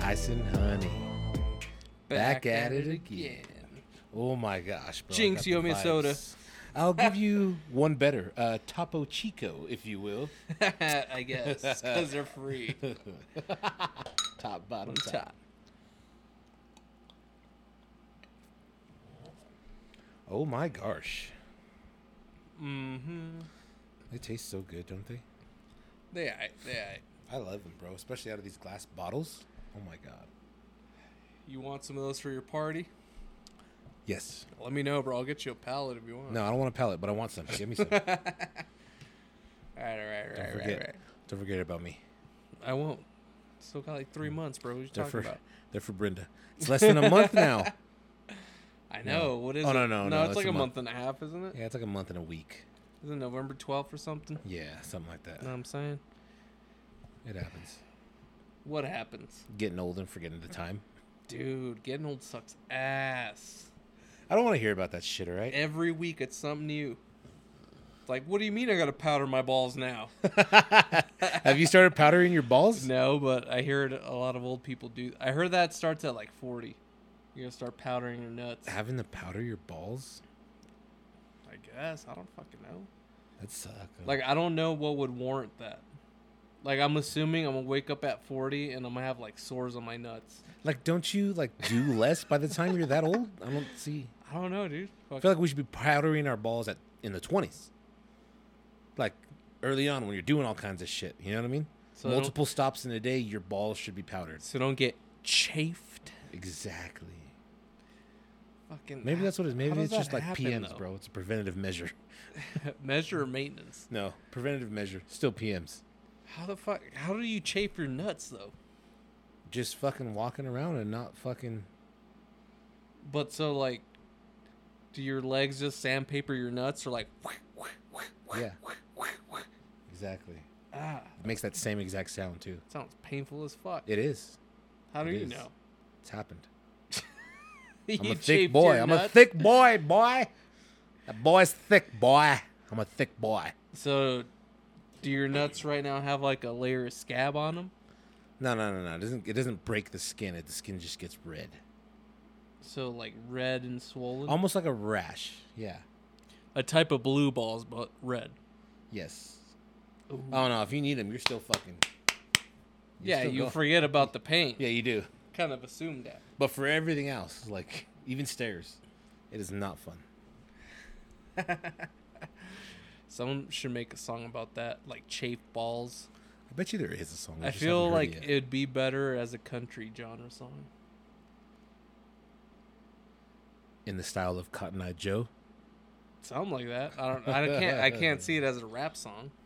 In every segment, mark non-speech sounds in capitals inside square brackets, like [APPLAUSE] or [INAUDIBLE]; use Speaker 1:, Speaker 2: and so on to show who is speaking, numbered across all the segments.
Speaker 1: Chicks and honey. Back at it again. Oh my gosh, bro. I
Speaker 2: Jinx,
Speaker 1: got the
Speaker 2: you owe me a soda.
Speaker 1: vibes. I'll give you [LAUGHS] one better. Uh, Topo Chico, if you will.
Speaker 2: [LAUGHS] I guess because they're free.
Speaker 1: [LAUGHS] Top, bottom, top.
Speaker 2: Top.
Speaker 1: Oh my gosh. Mm-hmm. They taste so good, don't they?
Speaker 2: They, aight, they, aight.
Speaker 1: I love them, bro. Especially out of these glass bottles. Oh my god.
Speaker 2: You want some of those for your party?
Speaker 1: Yes.
Speaker 2: Let me know, bro. I'll get you a pallet if you want.
Speaker 1: No, I don't want a pallet, but I want some. Give me
Speaker 2: [LAUGHS]
Speaker 1: some. Don't
Speaker 2: All right, all right, all right, all right, all
Speaker 1: forget.
Speaker 2: right.
Speaker 1: Don't forget about me.
Speaker 2: I won't. Still got like three months, bro. What are you
Speaker 1: Mm. They're
Speaker 2: talking
Speaker 1: for,
Speaker 2: about?
Speaker 1: they're for Brenda. It's less than a month now. [LAUGHS]
Speaker 2: I know. What is
Speaker 1: Oh,
Speaker 2: it?
Speaker 1: no, no, no,
Speaker 2: it's
Speaker 1: it's
Speaker 2: like
Speaker 1: a
Speaker 2: a month. and a half, isn't it?
Speaker 1: Yeah, it's like a month and a week.
Speaker 2: Isn't it November 12th or something?
Speaker 1: Yeah, something like that.
Speaker 2: You know what I'm saying?
Speaker 1: It happens.
Speaker 2: What happens?
Speaker 1: Getting old and forgetting the time.
Speaker 2: Dude, getting old sucks ass.
Speaker 1: I don't want to hear about that shit, all right?
Speaker 2: [LAUGHS] Every week it's something new. It's like, what do you mean I gotta powder my balls [LAUGHS] now?
Speaker 1: Have you started powdering your balls?
Speaker 2: no, but I heard a lot of old people do. I heard that starts at like 40. You're gonna start powdering your nuts.
Speaker 1: Having to powder your balls?
Speaker 2: I guess. I don't fucking know.
Speaker 1: That sucks.
Speaker 2: Like, I don't know what would warrant that. Like, I'm assuming I'm gonna wake up at 40 and I'm gonna have like sores on my nuts.
Speaker 1: like, don't you like do less by the time you're that old? I don't see.
Speaker 2: I don't know, dude.
Speaker 1: I
Speaker 2: Fuck.
Speaker 1: feel like we should be powdering our balls at in the twenties, like early on when you're doing all kinds of shit. You know what I mean?
Speaker 2: So I don't-
Speaker 1: Multiple stops in a day, your balls should be powdered.
Speaker 2: So don't get chafed.
Speaker 1: Exactly.
Speaker 2: Fucking.
Speaker 1: Maybe that's what it is. Maybe
Speaker 2: does
Speaker 1: it's just
Speaker 2: that
Speaker 1: like
Speaker 2: happen,
Speaker 1: PMs,
Speaker 2: though?
Speaker 1: bro. It's a preventative measure. [LAUGHS]
Speaker 2: [LAUGHS] Measure of maintenance.
Speaker 1: No, preventative measure. Still PMs.
Speaker 2: How the fuck? How do you chafe your nuts though?
Speaker 1: Just fucking walking around and not fucking.
Speaker 2: But so like, do your legs just sandpaper your nuts or like?
Speaker 1: Yeah. Exactly.
Speaker 2: [LAUGHS] Ah,
Speaker 1: It makes that same exact sound too.
Speaker 2: sounds painful as fuck.
Speaker 1: It is.
Speaker 2: how do
Speaker 1: it
Speaker 2: you
Speaker 1: is.
Speaker 2: know? [LAUGHS]
Speaker 1: It's happened. I'm
Speaker 2: You
Speaker 1: a thick
Speaker 2: chafed
Speaker 1: boy.
Speaker 2: your
Speaker 1: I'm a
Speaker 2: nuts?
Speaker 1: thick boy, boy. That boy's thick, boy. I'm a thick boy.
Speaker 2: So, do your nuts right now have like a layer of scab on them?
Speaker 1: No, no, no, no. It doesn't it doesn't break the skin. It, the skin just gets red,
Speaker 2: So like red and swollen.
Speaker 1: almost like a rash. Yeah.
Speaker 2: a type of blue balls, but red.
Speaker 1: Yes.
Speaker 2: Ooh.
Speaker 1: Oh no! If you need them, you're still fucking. you're
Speaker 2: yeah,
Speaker 1: still
Speaker 2: you
Speaker 1: going.
Speaker 2: forget about the pain.
Speaker 1: Yeah, you do.
Speaker 2: Kind of assumed that.
Speaker 1: But for everything else, like even stairs, it is not fun.
Speaker 2: Someone should make a song about that, like chafe balls.
Speaker 1: I bet you there is a song. We
Speaker 2: I
Speaker 1: just haven't
Speaker 2: feel
Speaker 1: heard
Speaker 2: like
Speaker 1: it yet.
Speaker 2: it'd be better as a country genre song.
Speaker 1: in the style of Cotton Eye Joe.
Speaker 2: Something like that. I don't. I can't. I can't see it as a rap song. [LAUGHS]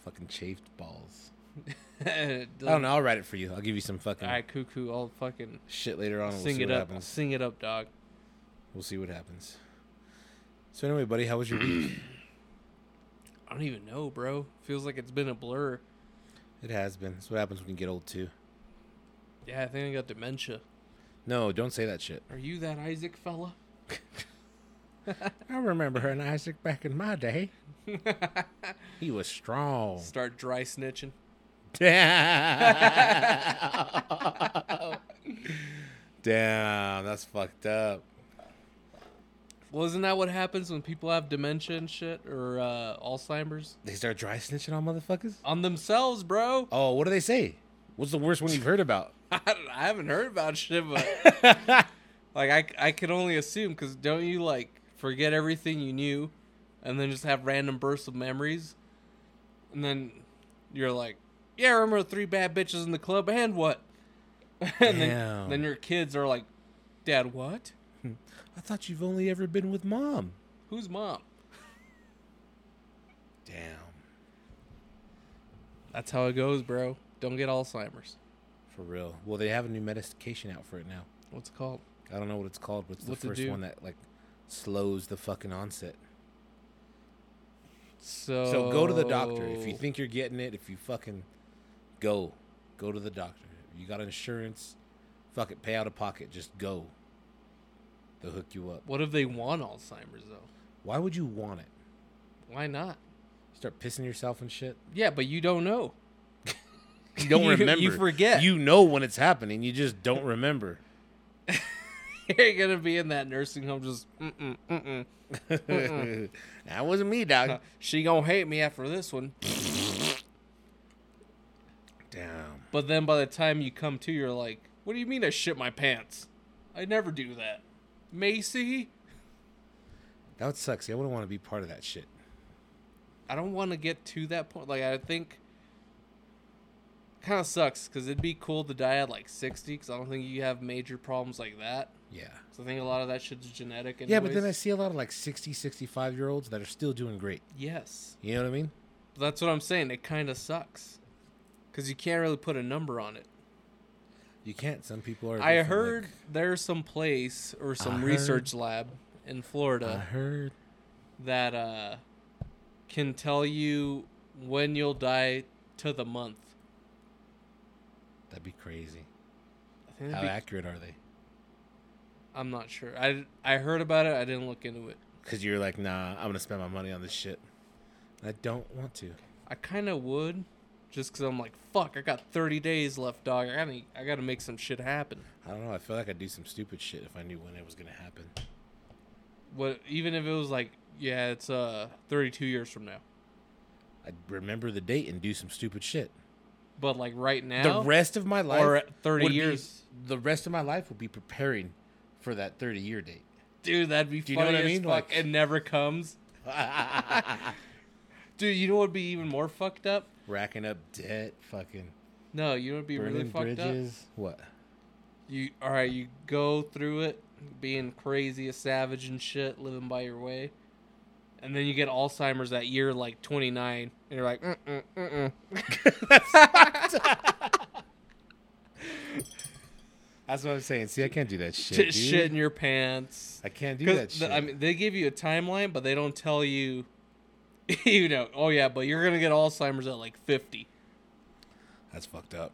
Speaker 1: Fucking chafed balls.
Speaker 2: I
Speaker 1: I don't know. I'll write it for you. I'll give you some fucking
Speaker 2: All right, cuckoo. I'll fucking
Speaker 1: shit later on. and We'll
Speaker 2: sing
Speaker 1: see
Speaker 2: it
Speaker 1: what
Speaker 2: up.
Speaker 1: happens.
Speaker 2: Sing it up, dog.
Speaker 1: We'll see what happens. So anyway, buddy, how was your week?
Speaker 2: I don't even know, bro. Feels like it's been a blur.
Speaker 1: it has been. That's what happens when you get old too.
Speaker 2: Yeah, I think I got dementia.
Speaker 1: No, don't say that shit.
Speaker 2: Are you that Isaac fella?
Speaker 1: I remember her and Isaac back in my day. [LAUGHS] he was [LAUGHS] strong.
Speaker 2: Start dry snitching.
Speaker 1: Damn. Damn, that's fucked up.
Speaker 2: Well, isn't that what happens when people have dementia and shit or uh, Alzheimer's
Speaker 1: They start dry snitching on motherfuckers?
Speaker 2: on themselves, bro?
Speaker 1: Oh, what do they say? What's the worst one you've heard about?
Speaker 2: I, don't- I haven't heard about shit, but
Speaker 1: [LAUGHS]
Speaker 2: like I, I can only assume because don't you like forget everything you knew, and then just have random bursts of memories, and then you're like, yeah, I remember three bad bitches in the club and what, [LAUGHS] and
Speaker 1: Damn.
Speaker 2: then then your kids are like, Dad, what?
Speaker 1: I thought you've only ever been with mom.
Speaker 2: Who's mom?
Speaker 1: Damn.
Speaker 2: That's how it goes, bro. Don't get Alzheimer's.
Speaker 1: For real. Well, they have a new medication out for it now.
Speaker 2: What's it called?
Speaker 1: I don't know what it's called, but it's the
Speaker 2: What's it
Speaker 1: first
Speaker 2: do?
Speaker 1: one that like slows the fucking onset.
Speaker 2: So
Speaker 1: So go to the doctor if you think you're getting it. If you fucking go, go to the doctor. If you got insurance, fuck it, pay out of pocket. Just go. They'll hook you up.
Speaker 2: What if they want Alzheimer's though?
Speaker 1: Why would you want it?
Speaker 2: Why not?
Speaker 1: Start pissing yourself and shit.
Speaker 2: Yeah, but you don't know.
Speaker 1: [LAUGHS] You don't
Speaker 2: [LAUGHS] You- you
Speaker 1: remember.
Speaker 2: forget.
Speaker 1: You know when it's happening. You just don't remember.
Speaker 2: [LAUGHS] You're gonna be in that nursing home just mm-mm, mm-mm.
Speaker 1: [LAUGHS] that wasn't me, dog.
Speaker 2: She gonna hate me after this one.
Speaker 1: Damn.
Speaker 2: But then by the time you come to, you're like, what do you mean I shit my pants? I never do that. Macy,
Speaker 1: That would suck. See, I wouldn't want to be part of that shit.
Speaker 2: I don't want to get to that point. Like, I think kind of sucks because it'd be cool to die at like 60 because I don't think you have major problems like that.
Speaker 1: Yeah.
Speaker 2: So I think a lot of that shit's genetic. Anyways.
Speaker 1: Yeah, but then I see a lot of like 60, 65 year olds that are still doing great.
Speaker 2: Yes.
Speaker 1: You know what I mean?
Speaker 2: That's what I'm saying. It kind of sucks because you can't really put a number on it.
Speaker 1: You can't. Some people are.
Speaker 2: I
Speaker 1: different,
Speaker 2: heard
Speaker 1: like-
Speaker 2: there's some place or some
Speaker 1: heard-
Speaker 2: research lab in Florida.
Speaker 1: I heard.
Speaker 2: that uh can tell you when you'll die to the month.
Speaker 1: That'd be crazy.
Speaker 2: I think
Speaker 1: How
Speaker 2: that'd be-
Speaker 1: accurate are they?
Speaker 2: I'm not sure. I I heard about it. I didn't look into it.
Speaker 1: Because you're like, nah, I'm going to spend my money on this shit. I don't want to.
Speaker 2: I kind of would, just because I'm like, fuck, I got 30 days left, dog. I gotta I gotta make some shit happen.
Speaker 1: I don't know. I feel like I'd do some stupid shit if I knew when it was going to happen.
Speaker 2: What even if it was like, yeah, it's uh 32 years from now,
Speaker 1: I'd remember the date and do some stupid shit.
Speaker 2: but like right now,
Speaker 1: The rest of my life.
Speaker 2: or 30
Speaker 1: would be-
Speaker 2: years,
Speaker 1: the rest of my life would be preparing for that 30 year date.
Speaker 2: dude, that'd be
Speaker 1: Do
Speaker 2: funny
Speaker 1: you know what I
Speaker 2: as
Speaker 1: mean?
Speaker 2: fuck.
Speaker 1: Like-
Speaker 2: it never comes, [LAUGHS] dude. You know what'd be even more fucked up?
Speaker 1: Racking up debt, fucking
Speaker 2: No, you know what'd be
Speaker 1: burning
Speaker 2: really fucked up.
Speaker 1: bridges. What?
Speaker 2: you all right you go through it being crazy a savage and shit living by your way and then you get alzheimer's at year like 29 and you're like "Uh, mm-mm, mm-mm.
Speaker 1: That's what I'm saying. See, I can't do that shit.
Speaker 2: shit,
Speaker 1: dude.
Speaker 2: shit in your pants
Speaker 1: I can't do
Speaker 2: 'Cause
Speaker 1: that shit.
Speaker 2: the- i mean they give you a timeline but they don't tell you [LAUGHS] you know oh yeah but you're gonna get alzheimer's at like 50
Speaker 1: That's fucked up.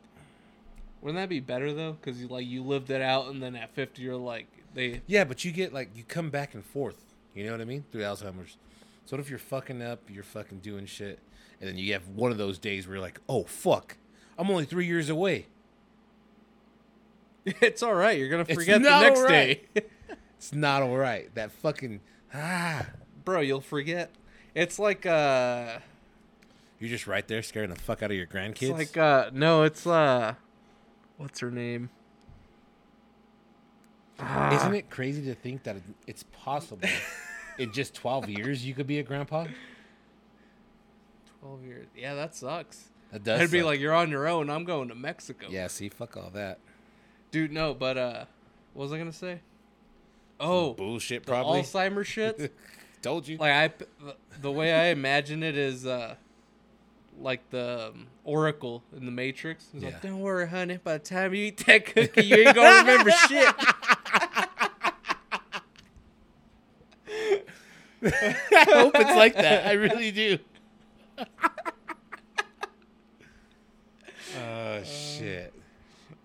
Speaker 2: wouldn't that be better though because you like you lived it out and then at 50 you're like they [LAUGHS]
Speaker 1: Yeah, but you get like you come back and forth. You know what I mean? Through Alzheimer's. So what if you're fucking up, you're fucking doing shit, and then you have one of those days where you're like, "Oh fuck, I'm only three years away."
Speaker 2: it's all right you're gonna
Speaker 1: It's
Speaker 2: forget the
Speaker 1: not
Speaker 2: next
Speaker 1: all right.
Speaker 2: day [LAUGHS]
Speaker 1: It's not all right. That fucking ah,
Speaker 2: bro you'll forget it's like uh
Speaker 1: you're just right there scaring the fuck out of your grandkids.
Speaker 2: It's like uh no, it's uh what's her name? ah.
Speaker 1: Isn't it crazy to think that it's possible in just 12 years you could be a grandpa?
Speaker 2: Twelve years. Yeah, that sucks.
Speaker 1: That
Speaker 2: I'd
Speaker 1: does.
Speaker 2: be
Speaker 1: suck.
Speaker 2: like, You're on your own, I'm going to Mexico.
Speaker 1: yeah, see, fuck all that.
Speaker 2: Dude, no, but uh what was I gonna say? Oh
Speaker 1: Bullshit,
Speaker 2: the
Speaker 1: probably.
Speaker 2: Alzheimer's [LAUGHS] shit.
Speaker 1: [LAUGHS] Told you.
Speaker 2: like I p- the- the way I imagine it is uh like the um, Oracle in the Matrix. He's
Speaker 1: Yeah.
Speaker 2: like, Don't worry, honey, by the time you eat that cookie you ain't gonna remember shit. [LAUGHS]
Speaker 1: I hope it's like that. I [LAUGHS] really do. Oh, [LAUGHS] shit.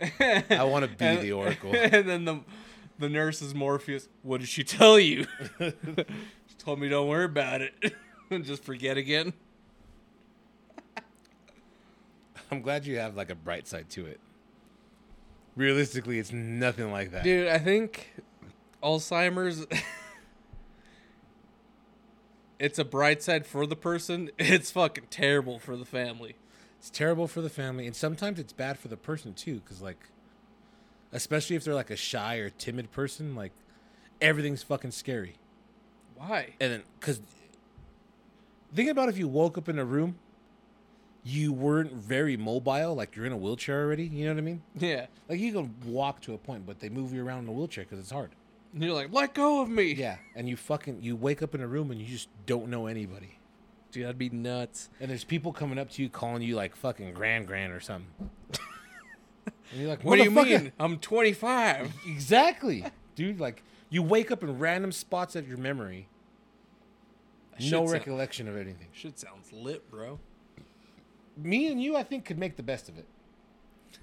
Speaker 1: I want to be
Speaker 2: And-
Speaker 1: the Oracle. [LAUGHS]
Speaker 2: and then the the nurse is Morpheus. What did she tell you? [LAUGHS] she told me don't worry about it [LAUGHS] and just forget again.
Speaker 1: I'm glad you have like a bright side to it. Realistically, it's nothing like that.
Speaker 2: Dude, I think Alzheimer's [LAUGHS] it's a bright side for the person. [LAUGHS] It's fucking terrible for the family.
Speaker 1: It's terrible for the family, and sometimes it's bad for the person too, because like, especially if they're like a shy or timid person, like everything's fucking scary.
Speaker 2: Why?
Speaker 1: And then, because think about if you woke up in a room, you weren't very mobile, like you're in a wheelchair already. You know what I mean?
Speaker 2: Yeah.
Speaker 1: Like you can walk to a point, but they move you around in a wheelchair because it's hard.
Speaker 2: And you're like, let go of me.
Speaker 1: Yeah, and you fucking you wake up in a room and you just don't know anybody,
Speaker 2: Dude, that'd be nuts.
Speaker 1: and there's people coming up to you calling you like fucking grand grand or something.
Speaker 2: [LAUGHS]
Speaker 1: And you're like,
Speaker 2: What do you
Speaker 1: "Motherfucker,
Speaker 2: mean? I'm 25.
Speaker 1: [LAUGHS] Exactly, dude. Like you wake up in random spots of your memory, no
Speaker 2: Shit sound-
Speaker 1: recollection of anything.
Speaker 2: [LAUGHS] Shit sounds lit, bro.
Speaker 1: Me and you, I think, could make the best of it.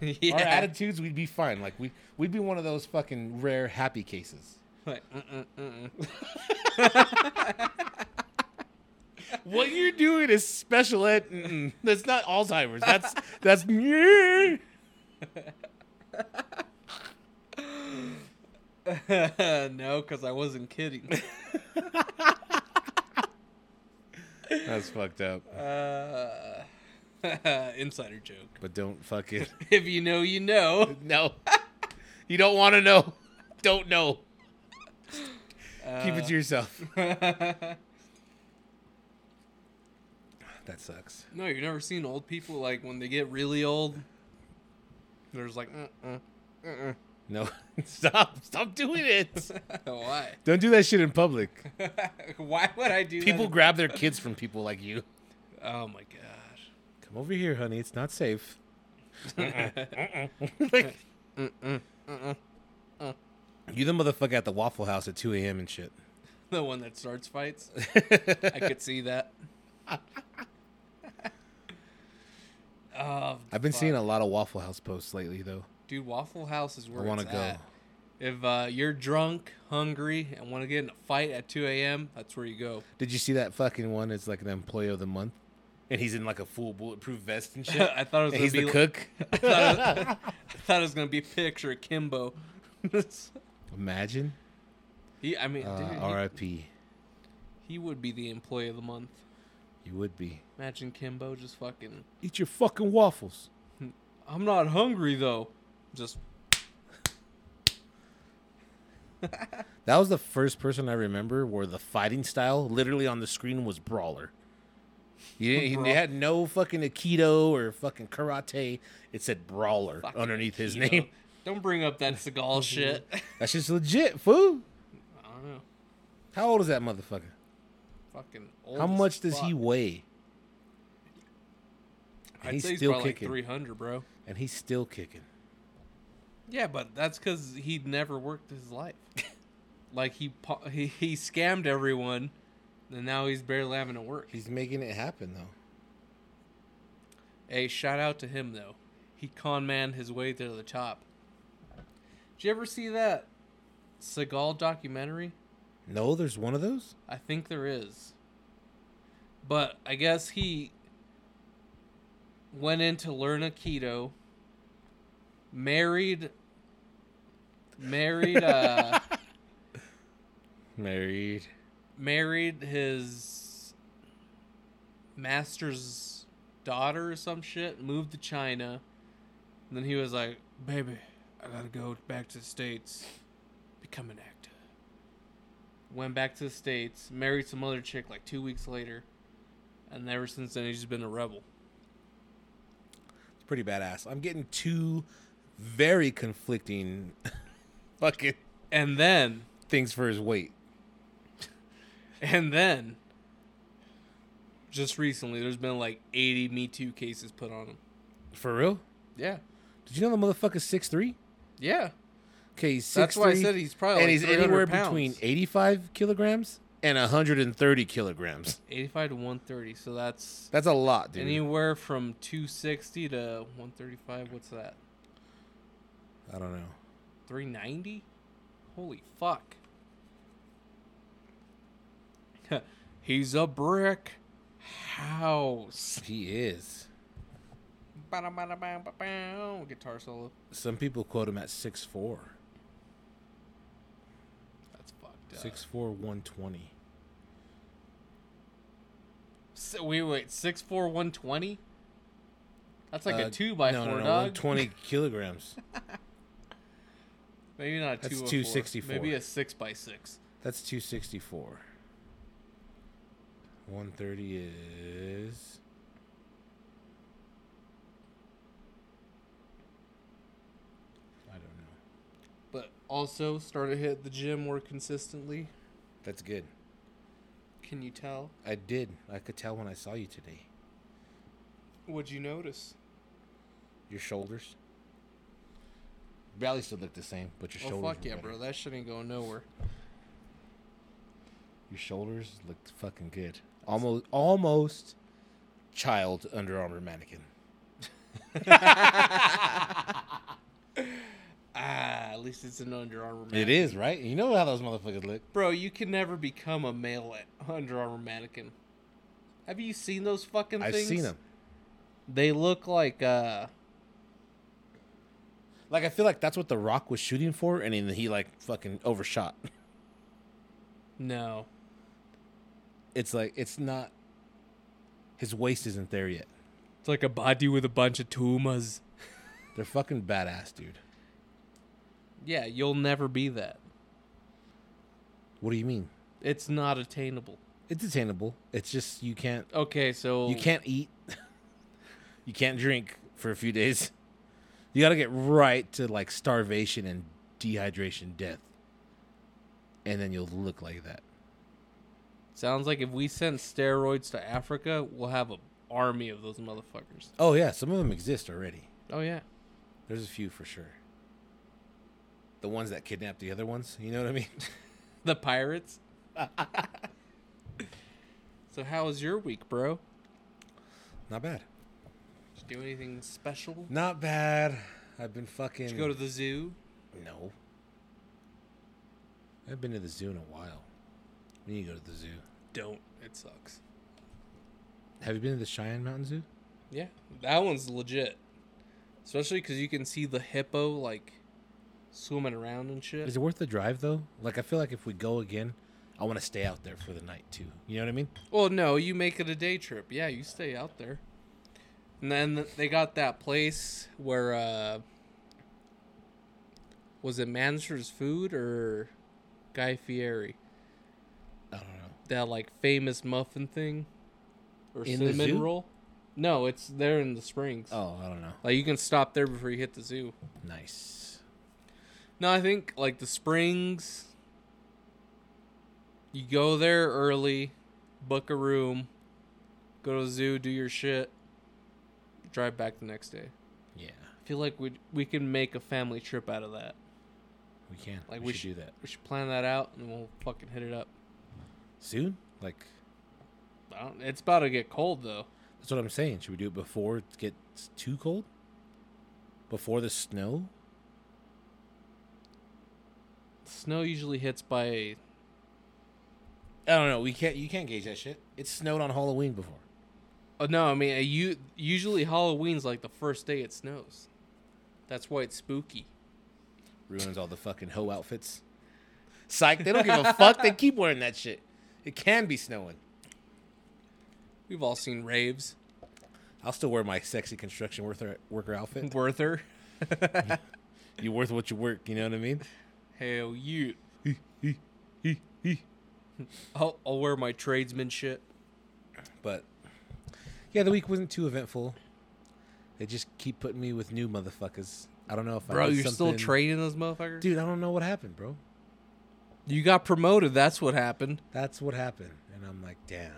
Speaker 2: [LAUGHS] yeah.
Speaker 1: Our attitudes, we'd be fine. Like we, we'd be one of those fucking rare happy cases.
Speaker 2: Like, uh-uh, uh-uh.
Speaker 1: what you're doing is special ed. Mm-mm. That's not Alzheimer's. That's [LAUGHS] that's. me.
Speaker 2: [LAUGHS] no, because I wasn't kidding. [LAUGHS]
Speaker 1: That's fucked up.
Speaker 2: Uh, insider joke.
Speaker 1: But don't fuck it.
Speaker 2: [LAUGHS] If you know, you know.
Speaker 1: [LAUGHS] No, you don't want to know. Don't know. Keep it to [LAUGHS] yourself.
Speaker 2: Uh,
Speaker 1: That sucks.
Speaker 2: no, you've never seen old people like when they get really old. They're just like, uh, uh, uh,
Speaker 1: No, [LAUGHS] stop. Stop doing it.
Speaker 2: [LAUGHS] why? [LAUGHS]
Speaker 1: Don't do that shit in [LAUGHS] public.
Speaker 2: why would I do
Speaker 1: People
Speaker 2: that?
Speaker 1: grab their kids from people like you.
Speaker 2: oh my gosh.
Speaker 1: Come over here, honey. It's not safe. [LAUGHS] You the motherfucker at the Waffle House at 2 a.m. and shit.
Speaker 2: The one that starts [LAUGHS] fights. I could see that. [LAUGHS] oh,
Speaker 1: I've been
Speaker 2: fuck.
Speaker 1: seeing a lot of Waffle House posts lately, though.
Speaker 2: Dude, Waffle House is where
Speaker 1: I
Speaker 2: want
Speaker 1: want
Speaker 2: to
Speaker 1: to go.
Speaker 2: If uh, you're drunk, hungry, and want to get in a fight at 2 a.m., that's where you
Speaker 1: [LAUGHS]
Speaker 2: go.
Speaker 1: Did you see that fucking one? It's like an employee of the month, and he's in like a full bulletproof vest and
Speaker 2: [LAUGHS]
Speaker 1: shit.
Speaker 2: I thought it
Speaker 1: and
Speaker 2: was gonna
Speaker 1: he's
Speaker 2: be
Speaker 1: the cook. [LAUGHS]
Speaker 2: I thought it was gonna be picture Kimbo. [LAUGHS]
Speaker 1: Imagine.
Speaker 2: he, I mean, dude,
Speaker 1: Uh,
Speaker 2: he-
Speaker 1: R.I.P.
Speaker 2: he, would be the employee of the month.
Speaker 1: You would be.
Speaker 2: Imagine Kimbo just fucking.
Speaker 1: Eat your fucking waffles.
Speaker 2: I'm not hungry though. Just
Speaker 1: That was the first person I remember where the fighting style, literally on the screen, was brawler. You didn't, he-
Speaker 2: Brawl-
Speaker 1: they had no fucking aikido or fucking karate. It said brawler
Speaker 2: fucking
Speaker 1: underneath his
Speaker 2: keto.
Speaker 1: name.
Speaker 2: Don't bring up that
Speaker 1: [LAUGHS]
Speaker 2: Seagal shit. [LAUGHS] I
Speaker 1: That's just legit, fool.
Speaker 2: don't know.
Speaker 1: How old is that motherfucker?
Speaker 2: Fucking. Old
Speaker 1: How
Speaker 2: as
Speaker 1: much does he
Speaker 2: fuck.
Speaker 1: weigh?
Speaker 2: I'd
Speaker 1: he's
Speaker 2: say he's
Speaker 1: still
Speaker 2: probably
Speaker 1: kicking.
Speaker 2: like 300, bro.
Speaker 1: And he's still kicking.
Speaker 2: Yeah, but that's because he never worked his life. like he, pa- he he scammed everyone, and now he's barely having to work.
Speaker 1: He's making it happen though.
Speaker 2: Hey, shout out to him though. He con man his way to the top. Did you ever see that Seagal documentary?
Speaker 1: No, there's one of those.
Speaker 2: I think there is. But I guess he went in to learn Aikido, married married uh
Speaker 1: Married.
Speaker 2: married his master's daughter or some shit, moved to China. And then he was like, Baby, I gotta go back to the States, become an actor. Went back to the States, married some other chick like two weeks later. And ever since then, he's just been a rebel.
Speaker 1: It's pretty badass. I'm getting two very conflicting [LAUGHS] fucking
Speaker 2: And then,
Speaker 1: things for his weight.
Speaker 2: and then, just recently, there's been like 80 Me Too cases put on him.
Speaker 1: For real?
Speaker 2: Yeah.
Speaker 1: Did you know the motherfucker's six three?
Speaker 2: Yeah.
Speaker 1: Okay, he's six
Speaker 2: That's why I said he's probably
Speaker 1: and
Speaker 2: like
Speaker 1: he's
Speaker 2: 300
Speaker 1: anywhere
Speaker 2: pounds.
Speaker 1: between eighty five kilograms and hundred and thirty kilograms.
Speaker 2: 85 to 130 so that's
Speaker 1: That's a lot, dude.
Speaker 2: anywhere from 260 to 135 what's that
Speaker 1: I don't know.
Speaker 2: 390 holy fuck [LAUGHS] he's a brick house
Speaker 1: He is.
Speaker 2: Bada, bada, bam, ba, bam. guitar solo
Speaker 1: Some people quote him at six four.
Speaker 2: that's fucked up
Speaker 1: Six four one twenty.
Speaker 2: Si- wait wait 64 120 that's like
Speaker 1: Uh,
Speaker 2: a 2 by
Speaker 1: no,
Speaker 2: 4
Speaker 1: no, no,
Speaker 2: dog
Speaker 1: 120 kilograms.
Speaker 2: maybe not a 2
Speaker 1: That's
Speaker 2: by four.
Speaker 1: 264.
Speaker 2: maybe a 6 by 6
Speaker 1: That's 264. 130 is. I don't know.
Speaker 2: but also started to hit the gym more consistently
Speaker 1: That's good.
Speaker 2: Can you tell?
Speaker 1: I did. I could tell when I saw you today.
Speaker 2: What'd you notice?
Speaker 1: Your shoulders. Belly still looked the same, but your
Speaker 2: Oh
Speaker 1: shoulders.
Speaker 2: fuck
Speaker 1: were
Speaker 2: yeah,
Speaker 1: better.
Speaker 2: bro! That shit ain't going nowhere.
Speaker 1: Your shoulders looked fucking good. Almost, almost, child Under Armour mannequin.
Speaker 2: Ah, at least it's an Under Armour.
Speaker 1: It
Speaker 2: mannequin.
Speaker 1: is right. You know how those motherfuckers look.
Speaker 2: bro. You can never become a male at- Under Armour mannequin. Have you seen those fucking
Speaker 1: I've
Speaker 2: things?
Speaker 1: seen them.
Speaker 2: They look like uh
Speaker 1: Like I feel like that's what The Rock was shooting for, and then he like fucking overshot. [LAUGHS]
Speaker 2: no.
Speaker 1: It's like it's not. His waist isn't there yet.
Speaker 2: It's like a body with a bunch of tumors.
Speaker 1: They're fucking badass, dude.
Speaker 2: Yeah, you'll never be that.
Speaker 1: What do you mean?
Speaker 2: It's not attainable.
Speaker 1: It's attainable. It's just you can't
Speaker 2: Okay, so
Speaker 1: you can't eat. [LAUGHS] you can't drink for a few days. You got to get right to like starvation and dehydration, death, and then you'll look like that.
Speaker 2: Sounds like if we send steroids to Africa, we'll have an army of those motherfuckers.
Speaker 1: Oh yeah, some of them exist already.
Speaker 2: Oh yeah.
Speaker 1: There's a few for sure. The ones that kidnap the other ones, you know what I mean? [LAUGHS]
Speaker 2: The pirates. [LAUGHS] so how was your week, bro?
Speaker 1: Not bad.
Speaker 2: Did you do anything special?
Speaker 1: Not bad. I've been fucking.
Speaker 2: Did you go to the zoo?
Speaker 1: No. I haven't been to the zoo in a while. We need to go to the zoo.
Speaker 2: Don't. It sucks.
Speaker 1: Have you been to the Cheyenne Mountain Zoo?
Speaker 2: Yeah. That one's legit. Especially cuz you can see the hippo like swimming around and shit.
Speaker 1: Is it worth the drive though? Like I feel like if we go again, I want to stay out there for the night too. You know what I mean?
Speaker 2: Well, no, you make it a day trip. Yeah, you stay out there. And then they got that place where uh was it Mansur's Food or Guy Fieri?
Speaker 1: I don't know.
Speaker 2: That like famous muffin thing or
Speaker 1: In the
Speaker 2: cinnamon
Speaker 1: zoo?
Speaker 2: roll? No, it's there in the Springs.
Speaker 1: Oh, I don't know.
Speaker 2: Like you can stop there before you hit the zoo.
Speaker 1: Nice.
Speaker 2: No, I think like the Springs you go there early, book a room, go to the zoo, do your shit, drive back the next day.
Speaker 1: Yeah,
Speaker 2: I feel like we we can make a family trip out of that.
Speaker 1: we can.
Speaker 2: Like
Speaker 1: we,
Speaker 2: we
Speaker 1: should do that
Speaker 2: We should plan that out and we'll fucking hit it up.
Speaker 1: soon. Like
Speaker 2: I don't, it's about to get cold though.
Speaker 1: that's what I'm saying. Should we do it before it gets too cold? Before the snow?
Speaker 2: Snow usually hits by
Speaker 1: I don't know. We can't. You can't gauge that shit. It snowed on Halloween before.
Speaker 2: Oh no, I mean uh, you usually Halloween's like the first day it snows. That's why it's spooky.
Speaker 1: Ruins all the fucking hoe outfits. Psych. They don't give
Speaker 2: [LAUGHS]
Speaker 1: a fuck. They keep wearing that shit. It can be snowing.
Speaker 2: We've all seen raves.
Speaker 1: I'll still wear my sexy construction worker worker
Speaker 2: [LAUGHS]
Speaker 1: outfit.
Speaker 2: Werther.
Speaker 1: You're worth what you work. You know what I mean?
Speaker 2: Hell you. [LAUGHS] I'll, I'll wear my tradesman shit.
Speaker 1: But yeah, the week wasn't too eventful. They just keep putting me with new motherfuckers. I don't know if I
Speaker 2: Bro,
Speaker 1: did
Speaker 2: you're still
Speaker 1: something-
Speaker 2: trading those motherfuckers?
Speaker 1: Dude, I don't know what happened, bro.
Speaker 2: You got promoted. That's what happened.
Speaker 1: That's what happened, and I'm like, damn.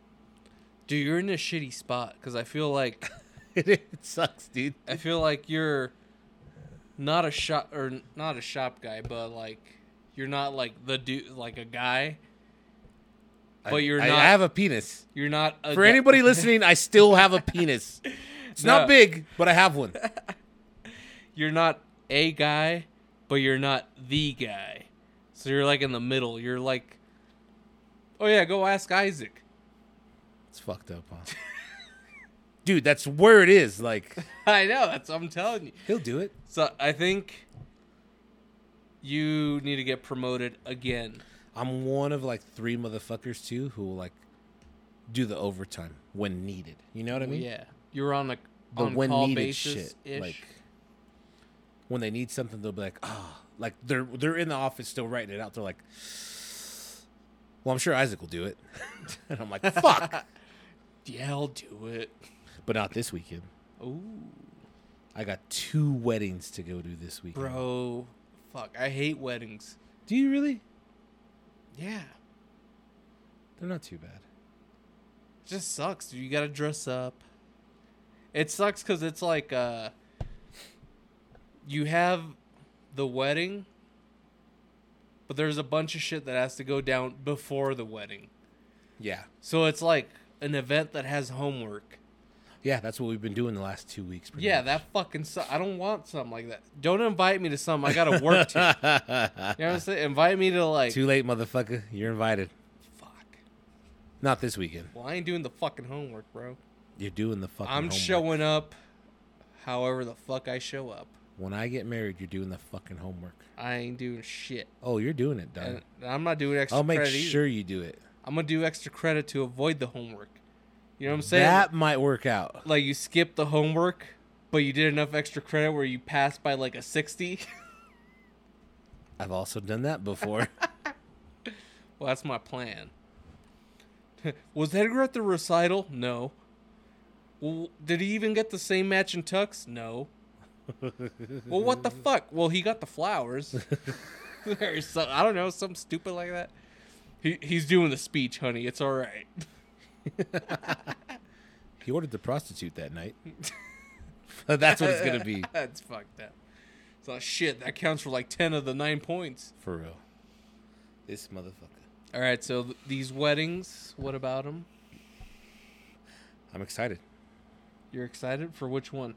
Speaker 1: [LAUGHS]
Speaker 2: Dude, you're in a shitty spot because I feel like
Speaker 1: it sucks, dude.
Speaker 2: I feel like you're not a shop or not a shop guy, but like you're not like the dude like a guy. But
Speaker 1: I-
Speaker 2: you're
Speaker 1: I,
Speaker 2: not-
Speaker 1: I have a penis.
Speaker 2: You're not a
Speaker 1: For
Speaker 2: gu- [LAUGHS]
Speaker 1: anybody listening, I still have a penis. It's
Speaker 2: No.
Speaker 1: not big, but I have one.
Speaker 2: You're not a guy, but you're not the guy. So you're like in the middle. You're like, oh yeah, go ask Isaac. [LAUGHS]
Speaker 1: It's fucked up, huh? [LAUGHS] Dude, that's where it is. Like,
Speaker 2: I know. That's what I'm telling you.
Speaker 1: he'll do it.
Speaker 2: So I think you need to get promoted again.
Speaker 1: I'm one of like three motherfuckers too who will like do the overtime when needed. You know what I mean?
Speaker 2: yeah, you're on a
Speaker 1: The
Speaker 2: on
Speaker 1: when
Speaker 2: call
Speaker 1: needed
Speaker 2: basis
Speaker 1: shit.
Speaker 2: ish.
Speaker 1: Like when they need something, they'll be like, ah, like they're they're in the office still writing it out. They're like, well, I'm sure Isaac will do it, [LAUGHS] and I'm like, [LAUGHS] fuck,
Speaker 2: yeah, I'll do it.
Speaker 1: but not this weekend.
Speaker 2: Ooh,
Speaker 1: I got two weddings to go to this weekend.
Speaker 2: bro, fuck, I hate weddings.
Speaker 1: do you really?
Speaker 2: Yeah,
Speaker 1: They're not too bad.
Speaker 2: it just sucks. Dude. You gotta dress up. It sucks because it's like uh, you have the wedding, but there's a bunch of shit that has to go down before the wedding.
Speaker 1: Yeah,
Speaker 2: So it's like an event that has homework.
Speaker 1: yeah, that's what we've been doing the last two weeks. pretty
Speaker 2: Yeah,
Speaker 1: much.
Speaker 2: that fucking su- I don't want something like that. Don't invite me to something I gotta work to. You know what I'm saying? Invite me to like
Speaker 1: too late, motherfucker. You're invited.
Speaker 2: fuck.
Speaker 1: Not this weekend.
Speaker 2: Well, I ain't doing the fucking homework, bro.
Speaker 1: You're doing the fucking.
Speaker 2: I'm
Speaker 1: homework.
Speaker 2: showing up however the fuck I show up.
Speaker 1: When I get married, you're doing the fucking homework.
Speaker 2: I ain't doing shit.
Speaker 1: Oh, you're doing it, done.
Speaker 2: And I'm not doing extra
Speaker 1: I'll make
Speaker 2: credit either.
Speaker 1: sure you do it.
Speaker 2: I'm gonna do extra credit to avoid the homework. You know what I'm saying?
Speaker 1: That might work out.
Speaker 2: like you skip the homework, but you did enough extra credit where you passed by like a sixty. [LAUGHS]
Speaker 1: I've also done that before. [LAUGHS]
Speaker 2: well, that's my plan. [LAUGHS] Was Edgar at the recital? No. Well, did he even get the same match in
Speaker 1: [LAUGHS]
Speaker 2: tux? No. well, what the fuck? Well, he got the flowers. [LAUGHS] or some, I don't know, something stupid like that. He, he's doing the speech, honey. It's all right.
Speaker 1: he ordered the prostitute that night. [LAUGHS] That's what it's gonna
Speaker 2: [LAUGHS]
Speaker 1: be
Speaker 2: That's fucked up. So shit, that counts for like ten of the nine points.
Speaker 1: for real. This motherfucker.
Speaker 2: All right, so th- these weddings, what about them?
Speaker 1: I'm excited.
Speaker 2: You're excited for which one?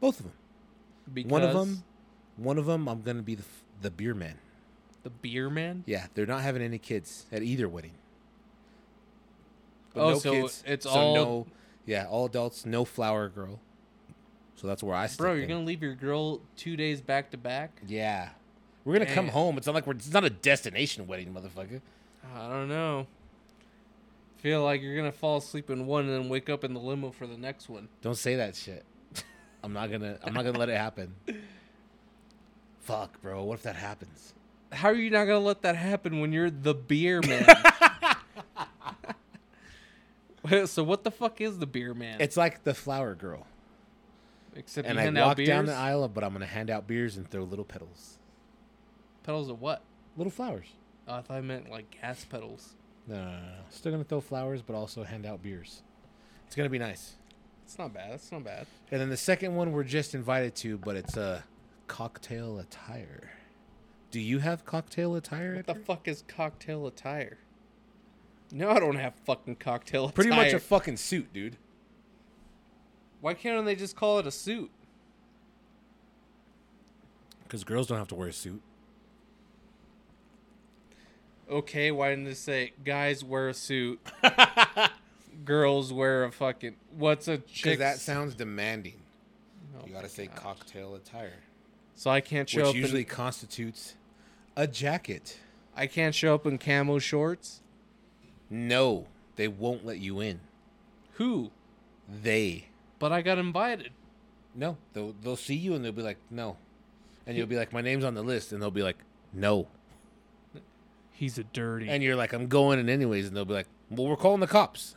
Speaker 1: Both of them.
Speaker 2: Because
Speaker 1: One of them. One of them. I'm gonna be the f- the beer man.
Speaker 2: the beer man.
Speaker 1: Yeah, they're not having any kids at either wedding.
Speaker 2: Oh, so it's all-
Speaker 1: no, yeah, all adults, no flower girl. So that's where I stick.
Speaker 2: Bro, you're
Speaker 1: in.
Speaker 2: gonna leave your girl two days back to back?
Speaker 1: yeah, we're gonna come
Speaker 2: Damn.
Speaker 1: home. It's not like we're it's not a destination wedding, motherfucker.
Speaker 2: I don't know. Feel like you're gonna fall asleep in one and then wake up in the limo for the next one.
Speaker 1: Don't say that shit. [LAUGHS] I'm not gonna I'm not gonna let it happen. Fuck, bro. What if that happens?
Speaker 2: How are you not gonna let that happen when you're the beer man? [LAUGHS] so what the fuck is the beer man?
Speaker 1: It's like the flower girl,
Speaker 2: Except
Speaker 1: and
Speaker 2: you
Speaker 1: I
Speaker 2: hand out
Speaker 1: walk
Speaker 2: beers.
Speaker 1: down the aisle, but I'm gonna hand out beers and throw little petals,
Speaker 2: Pedals of what?
Speaker 1: little flowers.
Speaker 2: Oh, I thought I meant like gas pedals.
Speaker 1: No, no, no, no. Still gonna throw flowers, but also hand out beers. It's gonna be nice.
Speaker 2: It's not bad. It's not bad.
Speaker 1: And then the second one we're just invited to, but it's a cocktail attire. Do you have cocktail attire?
Speaker 2: What
Speaker 1: At
Speaker 2: the fuck is cocktail attire? No, I don't have fucking cocktail attire.
Speaker 1: Pretty much a fucking suit, dude.
Speaker 2: Why can't they just call it a suit?
Speaker 1: Because girls don't have to wear a suit.
Speaker 2: Okay, why didn't they say guys wear
Speaker 1: [LAUGHS]
Speaker 2: a suit? Girls wear a fucking what's a chick?
Speaker 1: Because that sounds demanding. You gotta say cocktail attire,
Speaker 2: So I can't show
Speaker 1: which
Speaker 2: up.
Speaker 1: usually
Speaker 2: in,
Speaker 1: constitutes a jacket.
Speaker 2: I can't show up in camo shorts.
Speaker 1: No, they won't let you in.
Speaker 2: Who?
Speaker 1: They
Speaker 2: But I got invited.
Speaker 1: no, they'll they'll see you and they'll be like no, and you'll be like my name's on the list, and they'll be like no,
Speaker 2: He's a dirty.
Speaker 1: and you're like I'm going in anyways, and they'll be like well we're calling the cops,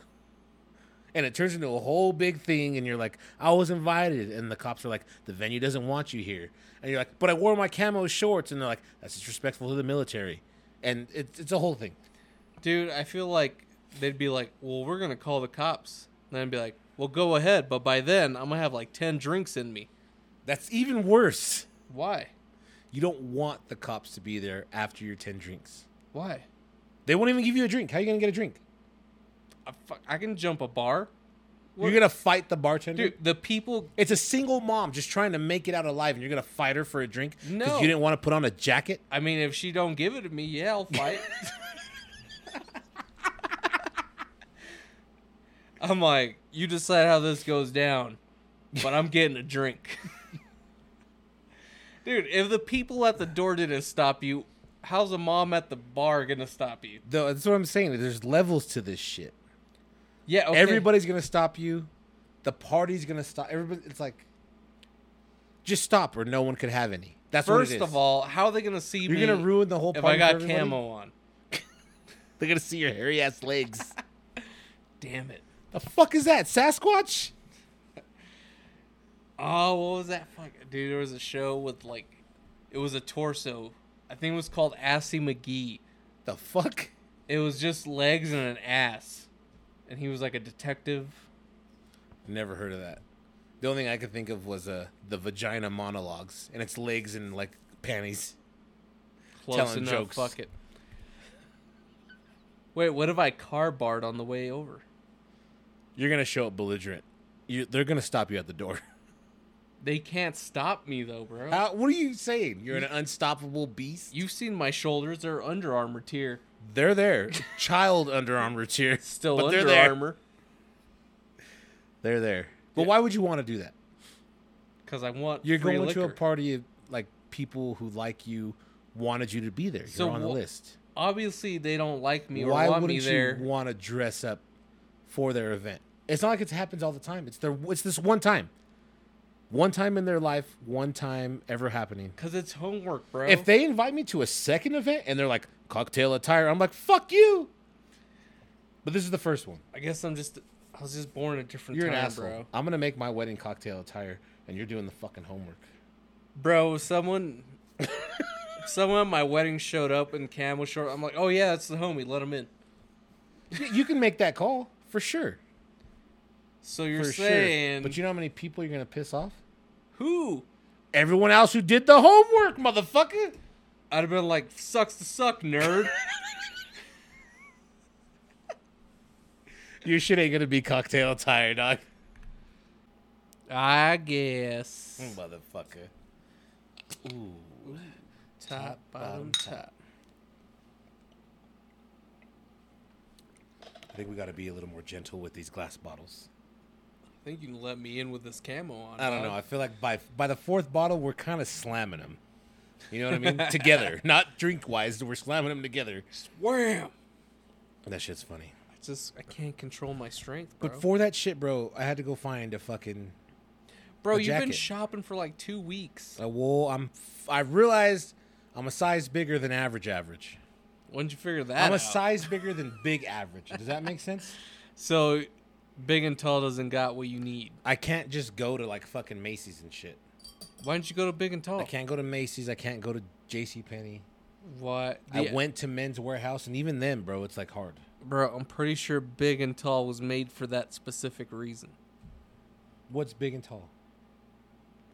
Speaker 1: and it turns into a whole big thing, and you're like I was invited, and the cops are like the venue doesn't want you here, and you're like but I wore my camo shorts, and they're like that's disrespectful to the military, and it's it's a whole thing.
Speaker 2: Dude, I feel like they'd be like, "Well, we're gonna call the cops." And then I'd be like, "Well, go ahead, but by then I'm gonna have like ten drinks in me."
Speaker 1: That's even worse.
Speaker 2: Why?
Speaker 1: You don't want the cops to be there after your ten drinks.
Speaker 2: Why?
Speaker 1: They won't even give you a drink. How you gonna get a drink?
Speaker 2: I, Uh, fuck, I can jump a bar,
Speaker 1: You're gonna fight the bartender.
Speaker 2: dude. The people.
Speaker 1: It's a single mom just trying to make it out alive, and you're gonna fight her for a drink because
Speaker 2: No.
Speaker 1: you didn't want to put on a jacket.
Speaker 2: I mean, if she don't give it to me, yeah, I'll [LAUGHS] fight. I'm like, you decide how this goes down, but I'm getting a drink. [LAUGHS] Dude, if the people at the door didn't stop you, how's a mom at the bar gonna stop you?
Speaker 1: Though that's what I'm saying. There's levels to this shit.
Speaker 2: Yeah, okay.
Speaker 1: Everybody's gonna stop you. The party's gonna stop. Everybody, it's like, just stop, or no one could have any. That's what it
Speaker 2: First
Speaker 1: is.
Speaker 2: of all, how are they gonna see
Speaker 1: you're
Speaker 2: me
Speaker 1: gonna ruin the whole
Speaker 2: if
Speaker 1: party.
Speaker 2: I
Speaker 1: for
Speaker 2: got
Speaker 1: everybody.
Speaker 2: camo on?
Speaker 1: they're gonna see your hairy ass legs.
Speaker 2: Damn it!
Speaker 1: [LAUGHS] the fuck is that, Sasquatch?
Speaker 2: Oh, what was that? Fuck, dude, there was a show with like, it was a torso. I think it was called Assy McGee.
Speaker 1: The fuck?
Speaker 2: It was just legs and an ass, and he was like a detective.
Speaker 1: Never heard of that. The only thing I could think of was uh, the vagina monologues, and it's legs and like panties.
Speaker 2: Close
Speaker 1: Telling
Speaker 2: enough.
Speaker 1: jokes.
Speaker 2: Fuck it. Wait, what if I car barred on the way over?
Speaker 1: You're gonna show up belligerent. You, they're gonna stop you at the door.
Speaker 2: They can't stop me though, bro.
Speaker 1: Uh, How, what are you saying? You're an unstoppable beast.
Speaker 2: You've seen my shoulders; they're Under Armour tier.
Speaker 1: They're there. Child Under Armour [LAUGHS] cheer.
Speaker 2: Still
Speaker 1: But they're
Speaker 2: Under
Speaker 1: there.
Speaker 2: Armour
Speaker 1: They're there. But why would you want to do that?
Speaker 2: because I want
Speaker 1: You're
Speaker 2: free
Speaker 1: going
Speaker 2: liquor.
Speaker 1: to a party of like people who like you wanted you to be there. You're
Speaker 2: So
Speaker 1: on the
Speaker 2: wh-
Speaker 1: list.
Speaker 2: Obviously, they don't like me
Speaker 1: Why
Speaker 2: or want
Speaker 1: wouldn't
Speaker 2: me
Speaker 1: you
Speaker 2: there.
Speaker 1: want to dress up for their event? It's not like it happens all the time. It's their. It's this one time. One time in their life. One time ever happening.
Speaker 2: Because it's homework, bro.
Speaker 1: If they invite me to a second event and they're like cocktail attire, I'm like fuck you. But this is the first one.
Speaker 2: I guess I'm just. I was just born at a different
Speaker 1: You're
Speaker 2: time,
Speaker 1: an asshole.
Speaker 2: bro.
Speaker 1: I'm gonna make my wedding cocktail attire, and you're doing the fucking homework.
Speaker 2: Bro, if someone. if someone at my wedding showed up in camel short. I'm like, oh yeah, that's the homie. Let him in.
Speaker 1: Y- [LAUGHS] you can make that call for sure.
Speaker 2: So you're
Speaker 1: for
Speaker 2: saying
Speaker 1: sure. But you know how many people you're gonna piss off?
Speaker 2: who?
Speaker 1: Everyone else who did the homework, motherfucker.
Speaker 2: I'd have been like, sucks to suck,
Speaker 1: [LAUGHS]
Speaker 2: nerd.
Speaker 1: Your shit ain't gonna be cocktail attire, dog.
Speaker 2: I guess.
Speaker 1: Hmm. Motherfucker.
Speaker 2: Top, bottom, top.
Speaker 1: I think we gotta be a little more gentle with these glass bottles.
Speaker 2: I think you can let me in with this camo on.
Speaker 1: I don't know.
Speaker 2: dog.
Speaker 1: I feel like by by the fourth bottle, we're kind of slamming them. You know what I mean? [LAUGHS] together, not drink wise. We're slamming them together.
Speaker 2: Wham!
Speaker 1: That shit's funny.
Speaker 2: I just I can't control my strength, bro.
Speaker 1: But for that shit, bro, I had to go find a fucking
Speaker 2: bro,
Speaker 1: a
Speaker 2: you've been
Speaker 1: jacket.
Speaker 2: shopping for like two weeks.
Speaker 1: a wool. I'm f- I realized I'm a size bigger than average. Average.
Speaker 2: When'd you figure that
Speaker 1: I'm a
Speaker 2: out?
Speaker 1: size bigger than big average. Does that make sense?
Speaker 2: so, big and tall doesn't got what you need.
Speaker 1: I can't just go to like fucking Macy's and shit.
Speaker 2: Why don't you go to big and tall?
Speaker 1: I can't go to Macy's. I can't go to J.C. Penney.
Speaker 2: What?
Speaker 1: I went to Men's Warehouse, and even then, bro, it's like hard.
Speaker 2: bro. I'm pretty sure big and tall was made for that specific reason.
Speaker 1: What's big and tall?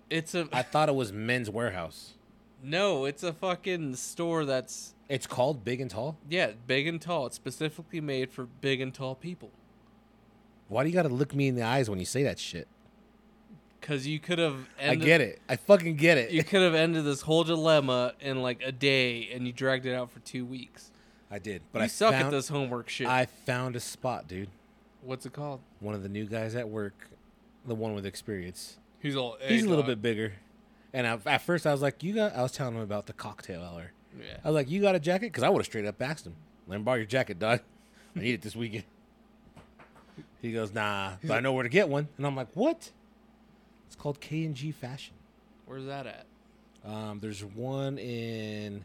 Speaker 2: It's a
Speaker 1: I thought it was Men's Warehouse.
Speaker 2: no. It's a fucking store that's
Speaker 1: It's called Big and Tall.
Speaker 2: yeah, big and tall. It's specifically made for big and tall people.
Speaker 1: Why do you gotta look me in the eyes when you say that shit?
Speaker 2: Cause you could have.
Speaker 1: I get it. I fucking get
Speaker 2: You
Speaker 1: it.
Speaker 2: could have ended this whole dilemma in like a day, and you dragged it out for two weeks.
Speaker 1: I did, but
Speaker 2: you
Speaker 1: I
Speaker 2: suck
Speaker 1: found,
Speaker 2: at this homework shit.
Speaker 1: I found a spot, dude.
Speaker 2: What's it called?
Speaker 1: One of the new guys at work, the one with experience.
Speaker 2: He's all. "Hey,
Speaker 1: He's a little
Speaker 2: dog."
Speaker 1: bit bigger. And I, at first, I was like, "You got." I was telling him about the cocktail hour. I
Speaker 2: Yeah.
Speaker 1: was like, "You got a jacket?" Because I would have straight up asked him, "Let me borrow your jacket, dog. I need it this weekend." [LAUGHS] He goes, "Nah, but I know where to get one." And I'm like, "What?" It's called K and G Fashion.
Speaker 2: Where's that at?
Speaker 1: Um, there's one in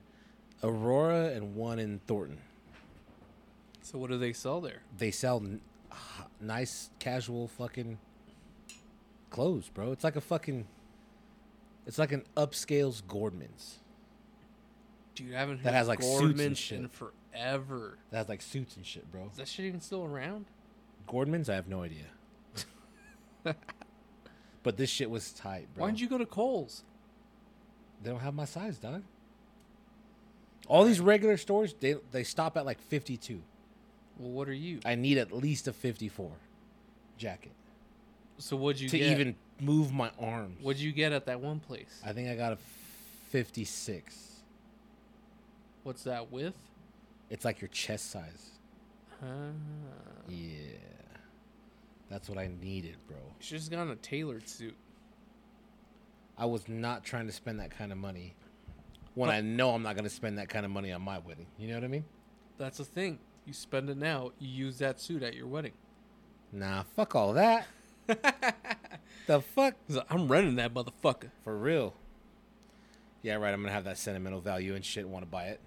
Speaker 1: Aurora and one in Thornton.
Speaker 2: So what do they sell there?
Speaker 1: They sell n- h- nice casual fucking clothes, bro. It's like a fucking, it's like an upscale's Gordman's
Speaker 2: Dude, I haven't heard
Speaker 1: That has, like, suits and
Speaker 2: Gorman's
Speaker 1: shit.
Speaker 2: in forever.
Speaker 1: that has like suits and shit, bro.
Speaker 2: Is that shit even still around?
Speaker 1: Gordman's, I have no
Speaker 2: [LAUGHS]
Speaker 1: idea. but this shit was tight, bro.
Speaker 2: Why didn't you go to Cole's?
Speaker 1: They don't have my size, dog. All these regular stores, they they stop at like 52.
Speaker 2: Well, what are you?
Speaker 1: I need at least a 54 jacket
Speaker 2: So what'd you
Speaker 1: to
Speaker 2: get?
Speaker 1: even move my arms.
Speaker 2: What'd you get at that one place?
Speaker 1: I think I got a 56.
Speaker 2: What's that with?
Speaker 1: It's like your chest size.
Speaker 2: Uh,
Speaker 1: Yeah. That's what I needed, bro.
Speaker 2: you should just gotten a tailored suit.
Speaker 1: I was not trying to spend that kind of money when I know I'm not going to spend that kind of money on my wedding. You know what I mean?
Speaker 2: That's the thing. You spend it now. You use that suit at your wedding.
Speaker 1: Nah, fuck all [LAUGHS] that. the fuck?
Speaker 2: He's like, I'm renting that motherfucker.
Speaker 1: For real. Yeah, right. I'm gonna have that sentimental value and shit. Want to buy it?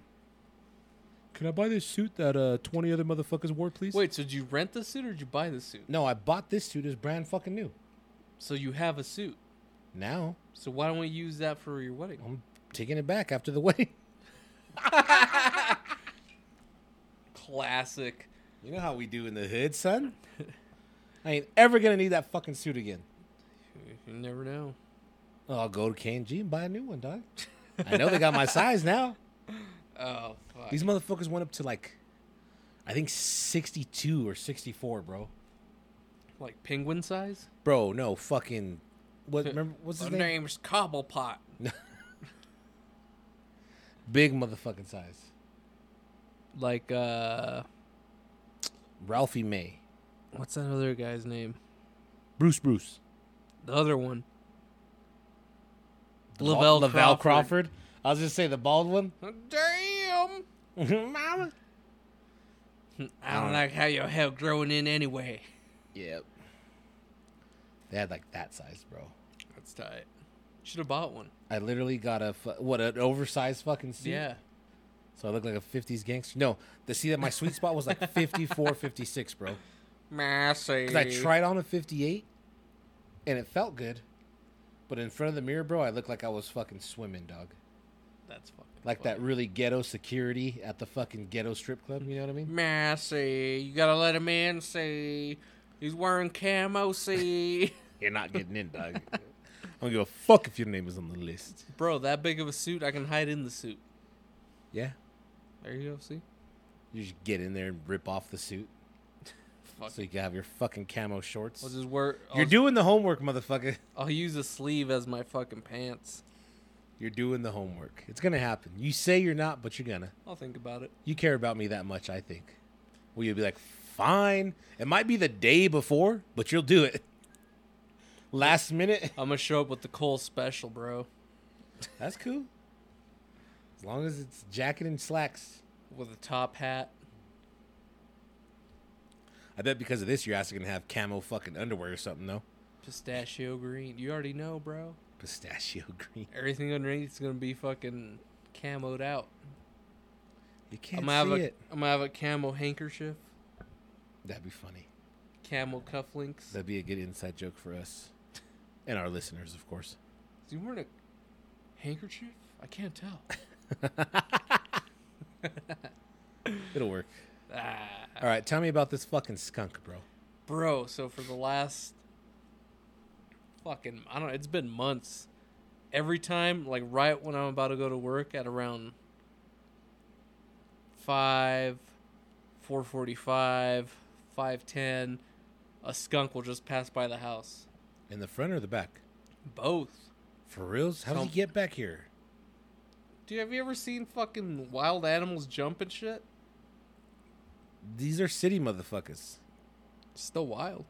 Speaker 1: Can I buy this suit that uh 20 other motherfuckers wore, please? Wait.
Speaker 2: Wait, so did you rent the suit or did you buy the suit?
Speaker 1: No, I bought this suit. It's brand fucking new.
Speaker 2: So you have a suit.
Speaker 1: Now
Speaker 2: So why don't we use that for your wedding?
Speaker 1: I'm taking it back after the [LAUGHS] wedding.
Speaker 2: Classic.
Speaker 1: You know how we do in the hood, son. [LAUGHS] I ain't ever gonna need that fucking suit again.
Speaker 2: You never know.
Speaker 1: Oh, I'll go to K and G and buy a new one, dog. [LAUGHS] I know they got my size now.
Speaker 2: Oh fuck.
Speaker 1: These motherfuckers went up to like, I think 62 or 64, bro.
Speaker 2: Like penguin size?
Speaker 1: Bro, no fucking. [LAUGHS] What? Remember, what's his name?
Speaker 2: name's Cobblepot.
Speaker 1: Big motherfucking size.
Speaker 2: like uh
Speaker 1: Ralphie May,
Speaker 2: what's that other guy's name?
Speaker 1: Bruce Bruce,
Speaker 2: The other one.
Speaker 1: Laval Crawford. I was just say the bald one. [LAUGHS]
Speaker 2: Oh, Damn.
Speaker 1: Mama.
Speaker 2: I don't like how your hair growing in anyway.
Speaker 1: Yep. They had like that size, bro.
Speaker 2: That's tight. Should have bought one.
Speaker 1: I literally got a fu- what an oversized fucking suit.
Speaker 2: Yeah.
Speaker 1: So I look like a 50s gangster. No, the see that my sweet spot was [LAUGHS] like 54, 56, bro.
Speaker 2: Massey.
Speaker 1: 'Cause I tried on a 58 and it felt good. But in front of the mirror, bro, I looked like I was fucking swimming, dog.
Speaker 2: That's fucking
Speaker 1: Like that really ghetto security at the fucking ghetto strip club, you know what I mean?
Speaker 2: Massey. You gotta let him in. See, he's wearing camo. See,
Speaker 1: You're not getting in, dog. [LAUGHS] I don't give a fuck if your name is on the list.
Speaker 2: [LAUGHS] bro, that big of a suit, I can hide in the suit.
Speaker 1: Yeah.
Speaker 2: There you go. See,
Speaker 1: You just get in there and rip off the suit
Speaker 2: fuck.
Speaker 1: so you can have your fucking camo shorts.
Speaker 2: I'll just wear. I'll,
Speaker 1: You're doing the homework, motherfucker.
Speaker 2: I'll use a sleeve as my fucking pants.
Speaker 1: You're doing the homework. It's gonna happen. You say you're not, but you're gonna.
Speaker 2: I'll think about it.
Speaker 1: You care about me that much, I think. Well, you'll be like, fine. It might be the day before, but you'll do it. [LAUGHS] Last minute. [LAUGHS]
Speaker 2: I'm gonna show up with the Cole special, bro,
Speaker 1: That's cool. As long as it's jacket and slacks.
Speaker 2: with a top hat.
Speaker 1: I bet because of this, your ass are gonna have camo fucking underwear or something, though.
Speaker 2: Pistachio green. You already know, bro.
Speaker 1: Pistachio [LAUGHS] green.
Speaker 2: Everything underneath is gonna be fucking camoed out.
Speaker 1: You can't
Speaker 2: I'm gonna have
Speaker 1: see
Speaker 2: a
Speaker 1: it.
Speaker 2: am gonna have a camo handkerchief,
Speaker 1: That'd be funny.
Speaker 2: camo cufflinks.
Speaker 1: That'd be a good inside joke for us [LAUGHS] and our listeners, of course.
Speaker 2: Is he wearing a handkerchief? I can't tell.
Speaker 1: It'll work.
Speaker 2: ah,
Speaker 1: All right, tell me about this fucking skunk, bro.
Speaker 2: bro. So for the last fucking, I don't. know, It's been months. Every time, like right when I'm about to go to work at around five, four forty-five, five ten, a skunk will just pass by the house.
Speaker 1: In the front or the back?
Speaker 2: Both.
Speaker 1: For reals? How did he
Speaker 2: Some-
Speaker 1: get back here?
Speaker 2: Dude, have you ever seen fucking wild animals jump and shit?
Speaker 1: These are city motherfuckers.
Speaker 2: Still wild.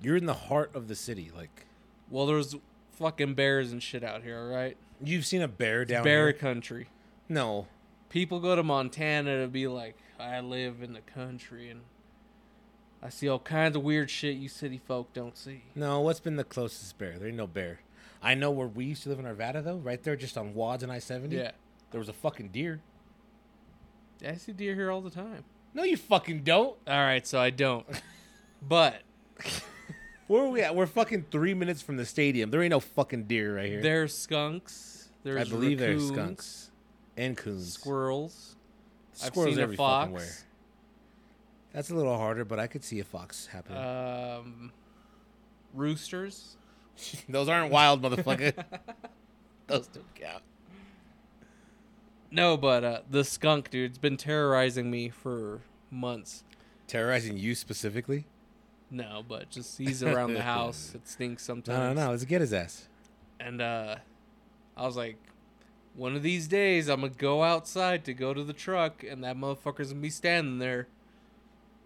Speaker 1: You're in the heart of the city. Like
Speaker 2: Well, there's fucking bears and shit out here, all right?
Speaker 1: you've seen a bear down
Speaker 2: Bear
Speaker 1: here.
Speaker 2: country.
Speaker 1: No,
Speaker 2: People go to Montana to be like, I live in the country and I see all kinds of weird shit you city folk don't see.
Speaker 1: no. What's been the closest bear? There ain't no bear. I know where we used to live in Arvada though. Right there, just on Wads and I seventy.
Speaker 2: Yeah.
Speaker 1: There was a fucking deer.
Speaker 2: I see deer here all the time.
Speaker 1: No, you fucking don't.
Speaker 2: All right, so
Speaker 1: [LAUGHS]
Speaker 2: I don't. but
Speaker 1: Where are we at? We're fucking three minutes from the stadium. There ain't no fucking deer right here.
Speaker 2: there's skunks. There's
Speaker 1: I believe
Speaker 2: raccoons,
Speaker 1: there's skunks and coons.
Speaker 2: Squirrels.
Speaker 1: Squirrels
Speaker 2: I've seen
Speaker 1: every
Speaker 2: a
Speaker 1: fucking
Speaker 2: fox.
Speaker 1: That's a little harder, but I could see a fox happening.
Speaker 2: Um, roosters.
Speaker 1: [LAUGHS] Those aren't wild,
Speaker 2: [LAUGHS]
Speaker 1: motherfucker. Those don't count.
Speaker 2: No, but uh, the skunk, dude, it's been terrorizing me for months.
Speaker 1: Terrorizing you specifically?
Speaker 2: No, but just he's
Speaker 1: [LAUGHS]
Speaker 2: around the house. It stinks
Speaker 1: No, no,
Speaker 2: sometimes.
Speaker 1: no. Let's get his ass.
Speaker 2: And uh, I was like, one of these days I'm gonna go outside to go to the truck, and that motherfucker's gonna be standing there.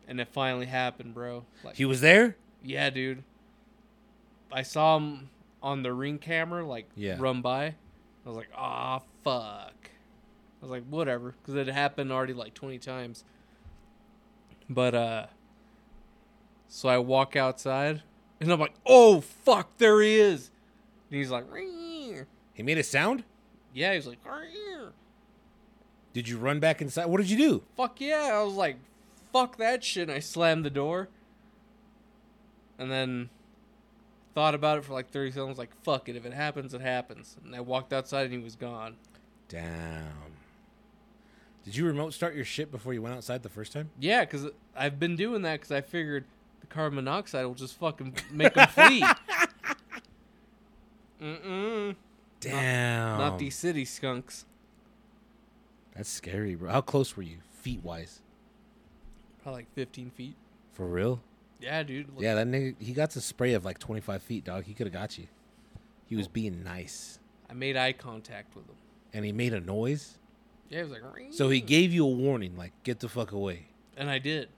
Speaker 2: And it finally happened, bro. Like,
Speaker 1: He was there?
Speaker 2: yeah, dude. I saw him on the ring camera, like
Speaker 1: Yeah.
Speaker 2: run by. I was like, ah, fuck. I was like, whatever, because it happened already like twenty times. But uh, so I walk outside, and I'm like, oh fuck, there he is. And he's like, "Rear."
Speaker 1: He made a sound?
Speaker 2: yeah, he's like, "Rear."
Speaker 1: Did you run back inside? What did you do?
Speaker 2: fuck yeah. I was like, fuck that shit. And I slammed the door. And then thought about it for like 30 seconds. Like, fuck it. If it happens, it happens. And I walked outside and he was gone.
Speaker 1: Damn. Did you remote start your shit before you went outside the first time?
Speaker 2: Yeah, because I've been doing that because I figured the carbon monoxide will just fucking make him flee. Mm-mm.
Speaker 1: Damn.
Speaker 2: Not these city skunks.
Speaker 1: That's scary, bro. How close were you, feet wise?
Speaker 2: Probably like 15 feet.
Speaker 1: For real?
Speaker 2: Yeah, dude. Look,
Speaker 1: Yeah, that nigga, he got to spray of like 25 feet, dog. He could have got you. He was being nice.
Speaker 2: I made eye contact with him.
Speaker 1: And he made a noise.
Speaker 2: Yeah, it was like. "Ring."
Speaker 1: So he gave you a warning, like get the fuck away.
Speaker 2: and I did,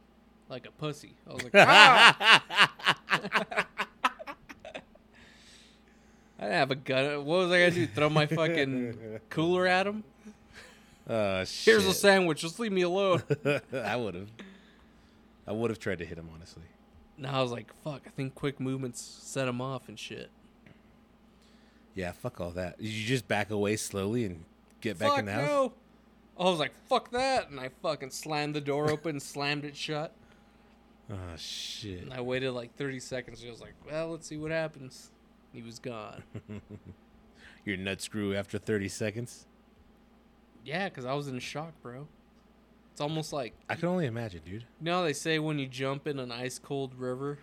Speaker 2: like a pussy. I
Speaker 1: [LAUGHS]
Speaker 2: was like, [LAUGHS] ah! I didn't have a gun. What was I gonna do? Throw
Speaker 1: [LAUGHS]
Speaker 2: my fucking cooler at him?
Speaker 1: Uh,
Speaker 2: Here's a
Speaker 1: shit.
Speaker 2: sandwich. Just leave me alone. [LAUGHS]
Speaker 1: [LAUGHS] I would have. I would have tried to hit him honestly.
Speaker 2: No, I was like, fuck. I think quick movements set him off and shit.
Speaker 1: Yeah, fuck all that. You just back away slowly and get back
Speaker 2: fuck
Speaker 1: in the house.
Speaker 2: no. I was like, fuck that, and I fucking slammed the door open, [LAUGHS] and slammed it shut.
Speaker 1: Oh shit.
Speaker 2: And I waited like 30 seconds. And I was like, well, let's see what happens. He was gone.
Speaker 1: Your nuts grew after 30 seconds.
Speaker 2: yeah, because I was in shock, bro. It's almost like
Speaker 1: I can only imagine, dude.
Speaker 2: You know how they say when you jump in an ice cold river,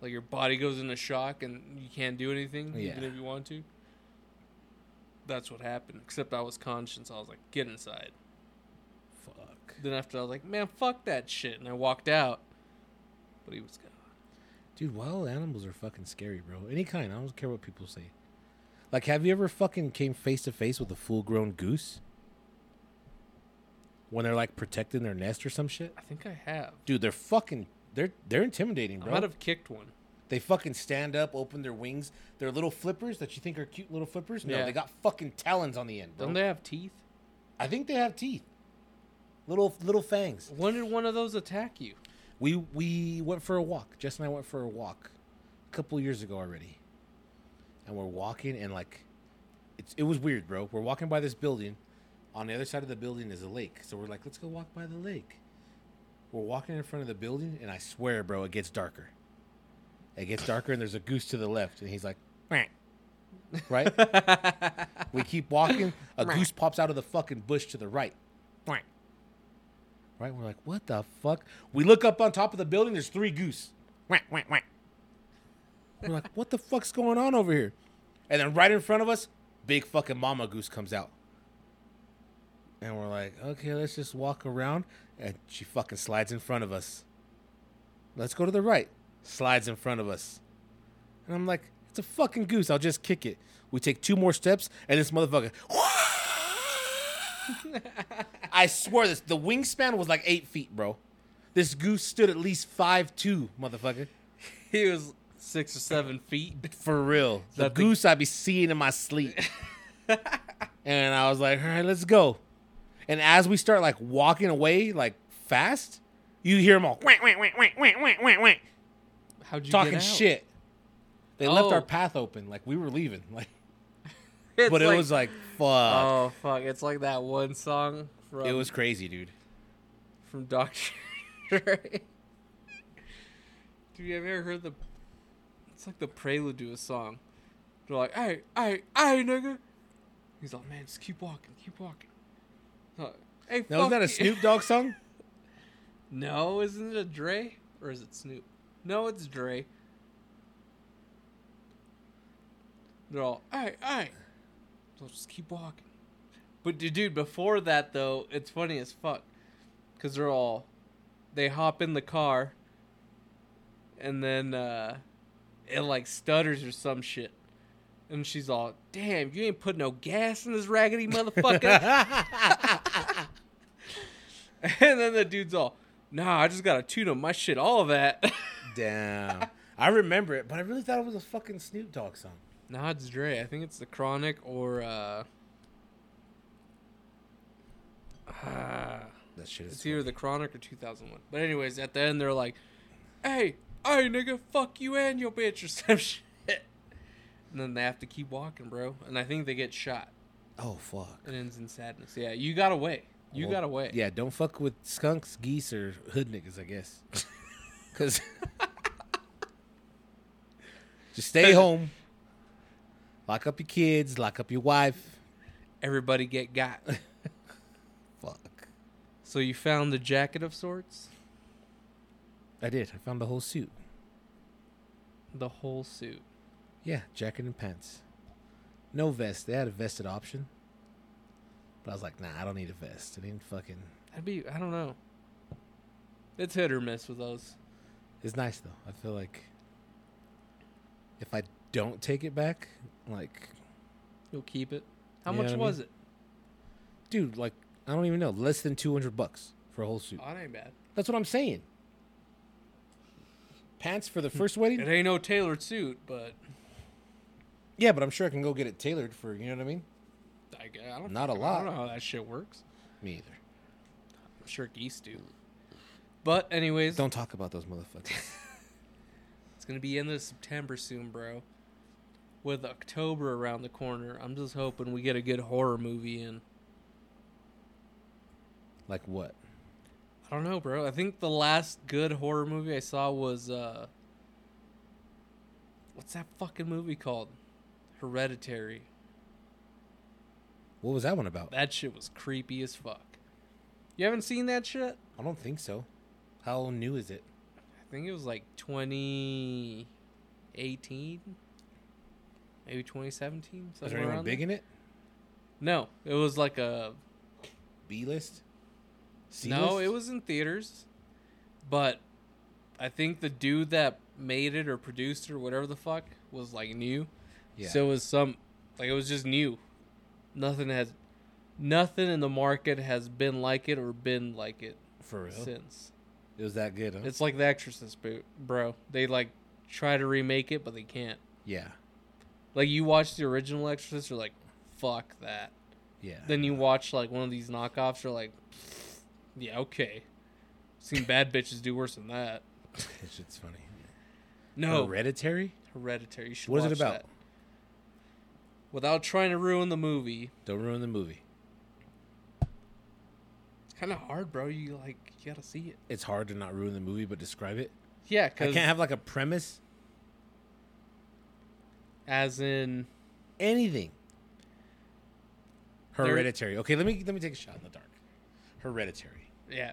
Speaker 2: like your body goes into shock and you can't do anything, even
Speaker 1: Yeah.
Speaker 2: if you want to? That's what happened. Except I was conscious. I was like, get inside.
Speaker 1: Fuck.
Speaker 2: Then after I was like, man, fuck that shit. And I walked out. But he was gone.
Speaker 1: Dude, wild animals are fucking scary, bro. Any kind. I don't care what people say. Like, have you ever fucking came face to face with a full grown goose? When they're like protecting their nest or some shit?
Speaker 2: I think I have.
Speaker 1: Dude, they're fucking they're they're intimidating,
Speaker 2: I
Speaker 1: bro.
Speaker 2: might have kicked one.
Speaker 1: They fucking stand up, open their wings. Their little flippers that you think are cute little flippers. No,
Speaker 2: Yeah.
Speaker 1: they got fucking talons on the end, bro.
Speaker 2: Don't they have teeth?
Speaker 1: I think they have teeth. Little little fangs.
Speaker 2: When did one of those attack you?
Speaker 1: We we went for a walk. Jess and I went for a walk a couple years ago already. And we're walking and like it's it was weird, bro. We're walking by this building. On the other side of the building is a lake. So we're like, let's go walk by the lake. We're walking in front of the building and I swear, bro, it gets darker. It gets darker and there's a goose to the left and he's like, "Meow." right? we keep walking, a
Speaker 2: Meow.
Speaker 1: goose pops out of the fucking bush to the right. Right. Right? We're like, what the fuck? We look up on top of the building, there's three goose. Whack, whack, whack. We're like, what the fuck's going on over here? And then right in front of us, big fucking mama goose comes out. And we're like, okay, let's just walk around. And she fucking slides in front of us. Let's go to the right. Slides in front of us. And I'm like, it's a fucking goose. I'll just kick it. We take two more steps, and this motherfucker. [LAUGHS] I swear this. The wingspan was like eight feet, bro. This goose stood at least five two, motherfucker.
Speaker 2: [LAUGHS] He was six or seven feet.
Speaker 1: For real, the
Speaker 2: That the-
Speaker 1: goose I be seeing in my
Speaker 2: [LAUGHS]
Speaker 1: sleep. and I was like, all right, let's go. And as we start like walking away, like fast, you hear them all "Whack, whack, whack, whack, whack, whack, whack, whack,"
Speaker 2: How'd you
Speaker 1: talking
Speaker 2: get out?
Speaker 1: shit. They left
Speaker 2: Oh.
Speaker 1: our path open, like we were leaving. [LAUGHS] Like,
Speaker 2: [LAUGHS] It's
Speaker 1: but it
Speaker 2: like-
Speaker 1: was like, fuck,
Speaker 2: Oh fuck! It's like that one song from
Speaker 1: it was crazy, dude.
Speaker 2: from Doctor. [LAUGHS] Dre. Dude, you ever heard the? It's like the prelude to a song. They're like, "Hey, hey, hey, nigga." He's like, "Man, just keep walking, keep walking." He's like, hey,
Speaker 1: Now, was that
Speaker 2: fuck you."
Speaker 1: a Snoop Dogg
Speaker 2: [LAUGHS]
Speaker 1: song?
Speaker 2: No, isn't it a Dre or is it Snoop? No, it's Dre. They're all, all right, all right. So just keep walking. But du- dude, before that though, it's funny as fuck, cause they're all, they hop in the car, and then uh, it like stutters or some shit, and she's all, damn, you ain't put no gas in this raggedy motherfucker. [LAUGHS] And then the dude's all, nah, I just gotta tune up my shit, all of that. [LAUGHS]
Speaker 1: Damn. I remember it, but I really thought it was a fucking Snoop Dogg song.
Speaker 2: nah, it's Dre. I think it's the Chronic or uh, ah,
Speaker 1: That shit
Speaker 2: it's
Speaker 1: is.
Speaker 2: either the Chronic or 2001. But anyways, at the end they're like, hey, hey, nigga, fuck you and your bitch [LAUGHS] or some shit. And then they have to keep walking, bro. And I think they get shot.
Speaker 1: Oh fuck.
Speaker 2: It ends in sadness. Yeah, you got away. You
Speaker 1: Well,
Speaker 2: got away.
Speaker 1: Yeah, don't fuck with skunks, geese, or hood niggas. I
Speaker 2: [LAUGHS]
Speaker 1: guess. Cause just stay home. Lock up your kids. Lock up your wife.
Speaker 2: Everybody get [LAUGHS] got.
Speaker 1: Fuck.
Speaker 2: so you found the jacket of sorts,
Speaker 1: I did. I found the whole suit.
Speaker 2: the whole suit.
Speaker 1: Yeah, jacket and pants. No vest. They had a vested option. But I was like, nah, I don't need a vest. It ain't fucking.
Speaker 2: I'd be. I don't know. It's hit or miss with those.
Speaker 1: It's nice though. I feel like if I don't take it back, like
Speaker 2: You'll keep it. How
Speaker 1: You know
Speaker 2: much
Speaker 1: what I
Speaker 2: was it?
Speaker 1: dude, like I don't even know. Less than two hundred bucks for a whole suit.
Speaker 2: Oh, that ain't bad.
Speaker 1: That's what I'm saying. Pants for the first
Speaker 2: It
Speaker 1: wedding?
Speaker 2: ain't no tailored suit, but
Speaker 1: Yeah, but I'm sure I can go get it tailored for you know what I mean.
Speaker 2: I, gu- I don't.
Speaker 1: Not a
Speaker 2: fucking- I
Speaker 1: lot.
Speaker 2: don't know how that shit works.
Speaker 1: Me either.
Speaker 2: I'm sure geese do. But anyways,
Speaker 1: Don't talk about those motherfuckers.
Speaker 2: it's gonna be end of September soon, bro. With October around the corner, I'm just hoping we get a good horror movie in.
Speaker 1: like what?
Speaker 2: I don't know, bro. I think the last good horror movie I saw was uh what's that fucking movie called? Hereditary.
Speaker 1: What was that one about?
Speaker 2: That shit was creepy as fuck. You haven't seen that shit?
Speaker 1: I don't think so. How new is it?
Speaker 2: I think it was like 2018, maybe 2017.
Speaker 1: Is there
Speaker 2: somewhere
Speaker 1: anyone
Speaker 2: around
Speaker 1: big
Speaker 2: there.
Speaker 1: in it?
Speaker 2: No, it was like a
Speaker 1: B list? C
Speaker 2: no.
Speaker 1: list?
Speaker 2: It was in theaters, but I think the dude that made it or produced or whatever the fuck was like new.
Speaker 1: Yeah.
Speaker 2: So it was some like it was just new. Nothing has nothing in the market has been like it or been like it
Speaker 1: for real,
Speaker 2: since.
Speaker 1: it was that good. Huh?
Speaker 2: It's like The Exorcist, bo- bro. They like try to remake it, but they can't.
Speaker 1: yeah,
Speaker 2: Like you watch the original Exorcist, you're like, fuck that.
Speaker 1: yeah.
Speaker 2: Then you watch like one of these knockoffs, you're like, yeah, okay. Seen bad bitches do worse than that.
Speaker 1: [LAUGHS] that shit's funny.
Speaker 2: No,
Speaker 1: Hereditary.
Speaker 2: Hereditary. You should
Speaker 1: Oh, What is
Speaker 2: watch
Speaker 1: it about?
Speaker 2: that. Without trying to ruin the movie,
Speaker 1: Don't ruin the movie.
Speaker 2: it's kind of hard, bro. You like, you gotta see it.
Speaker 1: It's hard to not ruin the movie, but describe it.
Speaker 2: Yeah,
Speaker 1: I
Speaker 2: because
Speaker 1: can't have like a premise.
Speaker 2: as in,
Speaker 1: Anything.
Speaker 2: There-
Speaker 1: Hereditary. Okay, let me let me take a shot in the dark. Hereditary.
Speaker 2: yeah,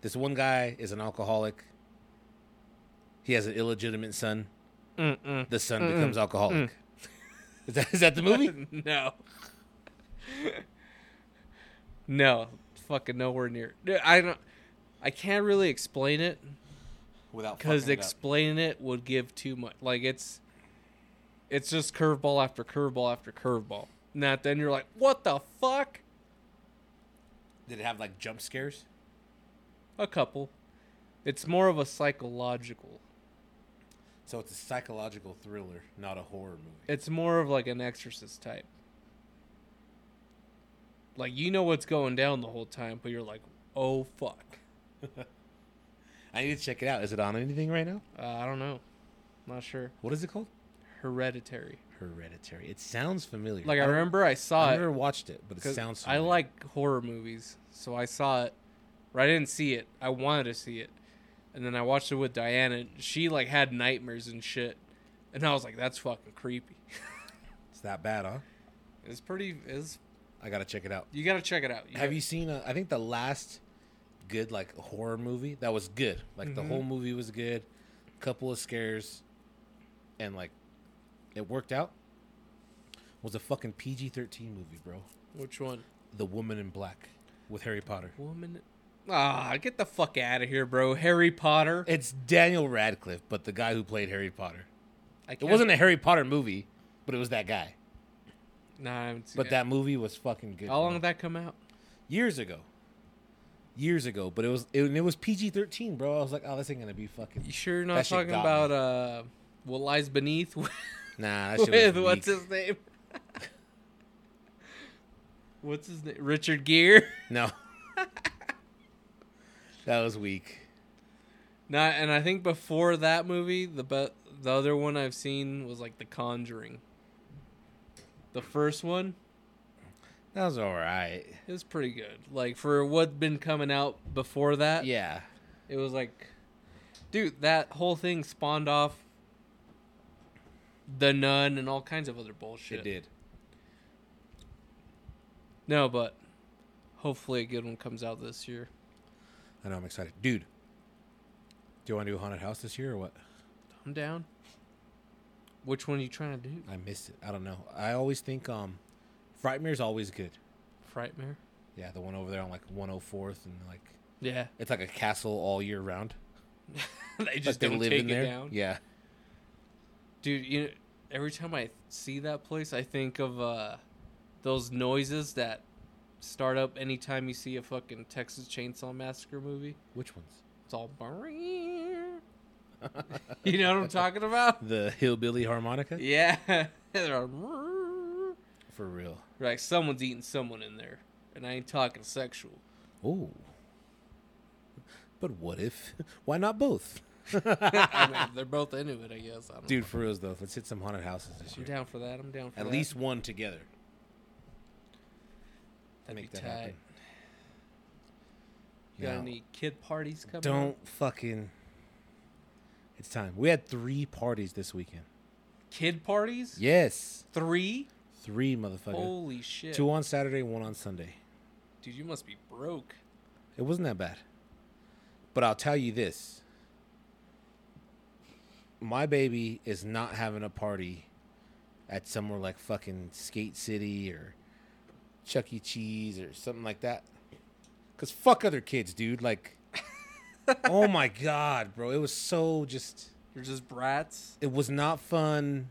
Speaker 1: this one guy is an alcoholic. He has an illegitimate son.
Speaker 2: Mm-mm. Mm.
Speaker 1: The son becomes alcoholic. [LAUGHS] Is, that, is that the
Speaker 2: [LAUGHS]
Speaker 1: movie?
Speaker 2: no, no, fucking nowhere near. I don't. I can't really explain it
Speaker 1: Without
Speaker 2: because explaining it would give too much. Like it's, it's just curveball after curveball after curveball. Not then you're like, what the fuck?
Speaker 1: did it have like jump scares?
Speaker 2: A couple. It's more of a psychological.
Speaker 1: So it's a psychological thriller, not a horror movie.
Speaker 2: It's more of like an exorcist type. Like you know what's going down the whole time, but you're like, oh fuck.
Speaker 1: I need to check it out. Is it on anything right now?
Speaker 2: Uh, I don't know. Not sure.
Speaker 1: What is it called?
Speaker 2: Hereditary.
Speaker 1: Hereditary. It sounds familiar.
Speaker 2: Like I
Speaker 1: don't-
Speaker 2: remember I
Speaker 1: I've
Speaker 2: saw it.
Speaker 1: never watched it, but it
Speaker 2: 'cause
Speaker 1: sounds.
Speaker 2: I
Speaker 1: Familiar.
Speaker 2: like horror movies, so I saw it. But I didn't see it. I wanted to see it, and then I watched it with Diana. She like had nightmares and shit, and I was like, "That's fucking creepy." [LAUGHS]
Speaker 1: It's that bad, huh?
Speaker 2: It's pretty. Is
Speaker 1: I gotta check it out.
Speaker 2: you gotta check it out.
Speaker 1: Have you seen? uh, I think the last good like horror movie that was good. Like the
Speaker 2: Mm-hmm.
Speaker 1: whole movie was good. Couple of scares, and like it worked out. Was a fucking PG thirteen movie, bro.
Speaker 2: Which one?
Speaker 1: The Woman in Black with Harry Potter.
Speaker 2: Woman. Ah, get the fuck out of here, bro. Harry Potter.
Speaker 1: It's Daniel Radcliffe, but the guy who played Harry Potter.
Speaker 2: I
Speaker 1: It wasn't a Harry Potter movie, but it was that guy.
Speaker 2: Nah, I haven't seen
Speaker 1: But
Speaker 2: it.
Speaker 1: that movie was fucking good.
Speaker 2: How long
Speaker 1: bro.
Speaker 2: did that come out?
Speaker 1: years ago. Years ago, but it was it, and it was PG thirteen, bro. I was like, oh, this ain't gonna be fucking.
Speaker 2: You [LAUGHS] sure you're
Speaker 1: That
Speaker 2: not
Speaker 1: shit
Speaker 2: talking
Speaker 1: got me.
Speaker 2: about uh, what lies beneath? [LAUGHS]
Speaker 1: Nah, that shit was
Speaker 2: with
Speaker 1: weak.
Speaker 2: what's his name? [LAUGHS] what's his name? Richard Gere. [LAUGHS]
Speaker 1: No. [LAUGHS] that was weak.
Speaker 2: Not, and I think before that movie, the be- the other one I've seen was like The Conjuring. The first one
Speaker 1: That was all right.
Speaker 2: is pretty good. Like for what been coming out before that,
Speaker 1: Yeah.
Speaker 2: it was like, dude, that whole thing spawned off the Nun and all kinds of other bullshit.
Speaker 1: It did.
Speaker 2: No, but hopefully a good one comes out this year.
Speaker 1: I know I'm excited. Dude. Do you want to do a haunted house this year or what?
Speaker 2: I'm down. Which one are you trying to do?
Speaker 1: I missed it. I don't know. I always think um Frightmare's always good.
Speaker 2: Frightmare.
Speaker 1: Yeah, the one over there on like 104th and like
Speaker 2: Yeah, [LAUGHS]
Speaker 1: it's like a castle all year round.
Speaker 2: they
Speaker 1: Like,
Speaker 2: just don't take it down.
Speaker 1: Yeah.
Speaker 2: dude you know, every time i see that place i think of uh those noises that start up anytime you see a fucking Texas Chainsaw Massacre movie.
Speaker 1: Which ones?
Speaker 2: It's all boring. [LAUGHS] you know what I'm talking about?
Speaker 1: The hillbilly harmonica?
Speaker 2: Yeah. [LAUGHS] They're all,
Speaker 1: For real.
Speaker 2: like someone's eating someone in there, and I ain't talking sexual.
Speaker 1: Ooh. But what if? [LAUGHS] Why not [LAUGHS] both?
Speaker 2: I mean, they're both into it, I guess. I don't
Speaker 1: Dude, for reals though, let's hit some haunted houses this
Speaker 2: I'm
Speaker 1: year.
Speaker 2: down for that. I'm down for
Speaker 1: At
Speaker 2: that.
Speaker 1: least one together.
Speaker 2: That'd
Speaker 1: Make
Speaker 2: be
Speaker 1: that
Speaker 2: tight.
Speaker 1: happen.
Speaker 2: You got
Speaker 1: No.
Speaker 2: any kid parties coming? up?
Speaker 1: Don't fucking. It's time. We had three parties this weekend.
Speaker 2: kid parties?
Speaker 1: Yes,
Speaker 2: Three?
Speaker 1: three motherfucker.
Speaker 2: Holy shit,
Speaker 1: Two on Saturday, one on Sunday.
Speaker 2: dude! You must be broke.
Speaker 1: It wasn't that bad. But I'll tell you this. My baby is not having a party at somewhere like fucking Skate City or Chuck E. Cheese or something like that. Cause fuck other kids, dude. Like Oh my god, bro. It was so just
Speaker 2: You're just brats.
Speaker 1: it was not fun.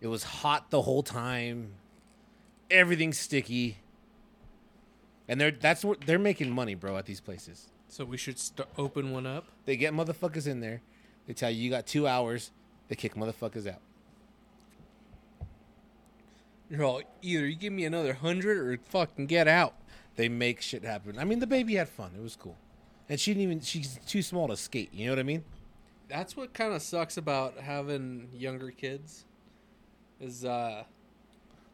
Speaker 1: It was hot the whole time. Everything's sticky. And they're that's what they're making money, bro, at these places.
Speaker 2: So we should st- open one up.
Speaker 1: They get motherfuckers in there. They tell you you got two hours. They kick motherfuckers out.
Speaker 2: You're all either you give me another hundred or fucking get out.
Speaker 1: They make shit happen. I mean, the baby had fun. It was cool, and she didn't even. She's too small to skate. You know what I mean?
Speaker 2: That's what kind of sucks about having younger kids. Is uh,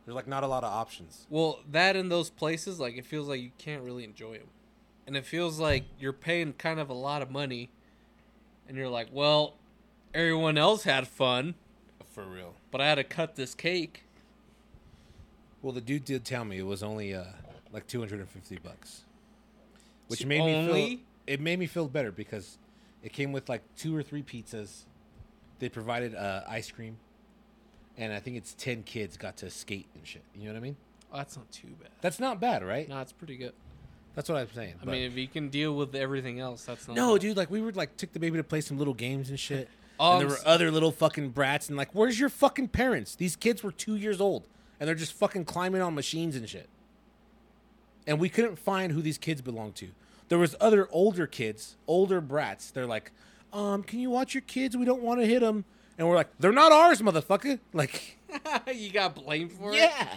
Speaker 1: There's like not a lot of options.
Speaker 2: well, that in those places, like it feels like you can't really enjoy them, and it feels like you're paying kind of a lot of money, and you're like, well, everyone else had fun,
Speaker 1: For real.
Speaker 2: but I had to cut this cake.
Speaker 1: Well, the dude did tell me it was only uh like 250 bucks, which
Speaker 2: So
Speaker 1: made me feel
Speaker 2: only?
Speaker 1: it made me feel better because it came with like two or three pizzas. They provided uh, ice cream, and I think it's 10 kids got to skate and shit. You know what I mean?
Speaker 2: Oh, that's not too bad.
Speaker 1: That's not bad, right?
Speaker 2: No, it's pretty good.
Speaker 1: That's what I'm saying.
Speaker 2: I
Speaker 1: but-
Speaker 2: mean, if you can deal with everything else, that's not
Speaker 1: No,
Speaker 2: bad.
Speaker 1: dude, like we were like took the baby to play some little games and shit.
Speaker 2: Oh,
Speaker 1: and there
Speaker 2: I'm
Speaker 1: were
Speaker 2: s-
Speaker 1: other little fucking brats and like, where's your fucking parents? These kids were two years old and they're just fucking climbing on machines and shit. And we couldn't find who these kids belonged to. There was other older kids, older brats. They're like, um, can you watch your kids? We don't want to hit them. And we're like, they're not ours, motherfucker. [LAUGHS] Like,
Speaker 2: [LAUGHS] you got blamed for it.
Speaker 1: yeah,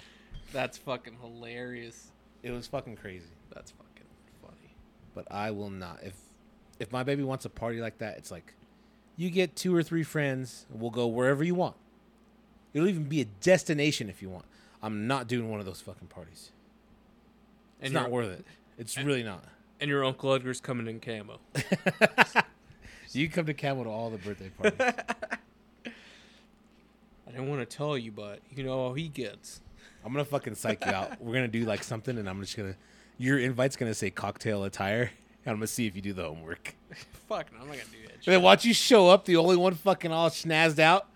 Speaker 2: That's fucking hilarious.
Speaker 1: it was fucking crazy.
Speaker 2: That's fucking funny.
Speaker 1: but I will not. If if my baby wants a party like that, it's like you get two or three friends, and we'll go wherever you want. It'll even be a destination if you want. I'm not doing one of those fucking parties. It's
Speaker 2: And
Speaker 1: not
Speaker 2: your-
Speaker 1: worth it. It's really not.
Speaker 2: And your uncle Edgar's coming in camo.
Speaker 1: You come to Camo to all the birthday parties.
Speaker 2: [LAUGHS] I didn't want to tell you, but you know how he gets.
Speaker 1: I'm gonna fucking psych you out. We're gonna do like something, and I'm just gonna. Your invite's gonna say cocktail attire, and I'm gonna see if you do the homework.
Speaker 2: Fuck, no, I'm not gonna do that.
Speaker 1: And
Speaker 2: Shit.
Speaker 1: then watch you show up, the only one fucking all snazzed out.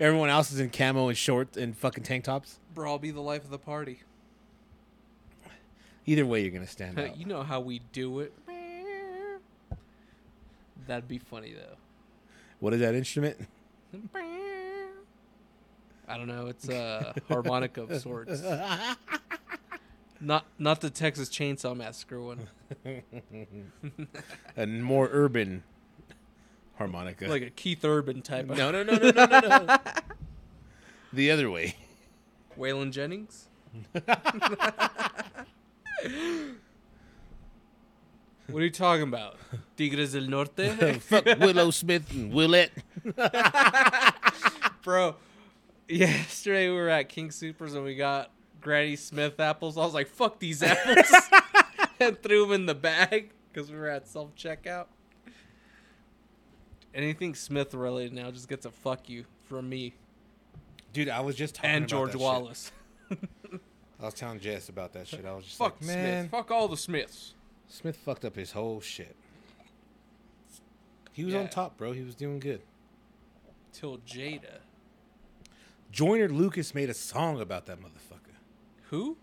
Speaker 1: Everyone else is in camo and shorts and fucking tank tops.
Speaker 2: Bro, I'll be the life of the party.
Speaker 1: Either way, you're gonna stand out.
Speaker 2: [LAUGHS] you know how we do it. That'd be funny though.
Speaker 1: What is that instrument?
Speaker 2: I don't know. It's
Speaker 1: [LAUGHS]
Speaker 2: a harmonica of sorts. Not not the Texas Chainsaw
Speaker 1: [LAUGHS]
Speaker 2: Massacre one.
Speaker 1: A more urban harmonica.
Speaker 2: like a Keith Urban type. of
Speaker 1: no, no, no, no, no, no, no. the other way.
Speaker 2: [LAUGHS] Waylon
Speaker 1: [LAUGHS]
Speaker 2: Jennings. what are you talking about? Tigres del
Speaker 1: [LAUGHS]
Speaker 2: Norte,
Speaker 1: Fuck Willow Smith and Willette.
Speaker 2: bro. [LAUGHS] Yesterday we were at King Supers and we got Granny Smith apples. I was like, "Fuck
Speaker 1: [LAUGHS]
Speaker 2: these apples," [LAUGHS] and threw them in the bag because we were at self checkout. Anything Smith related now just gets a fuck you from me
Speaker 1: Dude, I was just talking
Speaker 2: and
Speaker 1: about
Speaker 2: George
Speaker 1: that
Speaker 2: Wallace.
Speaker 1: shit. I was telling Jess about that shit. I was just
Speaker 2: Fuck
Speaker 1: like, man,
Speaker 2: Smith. Fuck all the Smiths.
Speaker 1: Smith fucked up his whole shit. He was on
Speaker 2: Yeah.
Speaker 1: top, bro. He was doing good.
Speaker 2: Till Jada.
Speaker 1: Joyner Lucas made a song about that motherfucker.
Speaker 2: Who?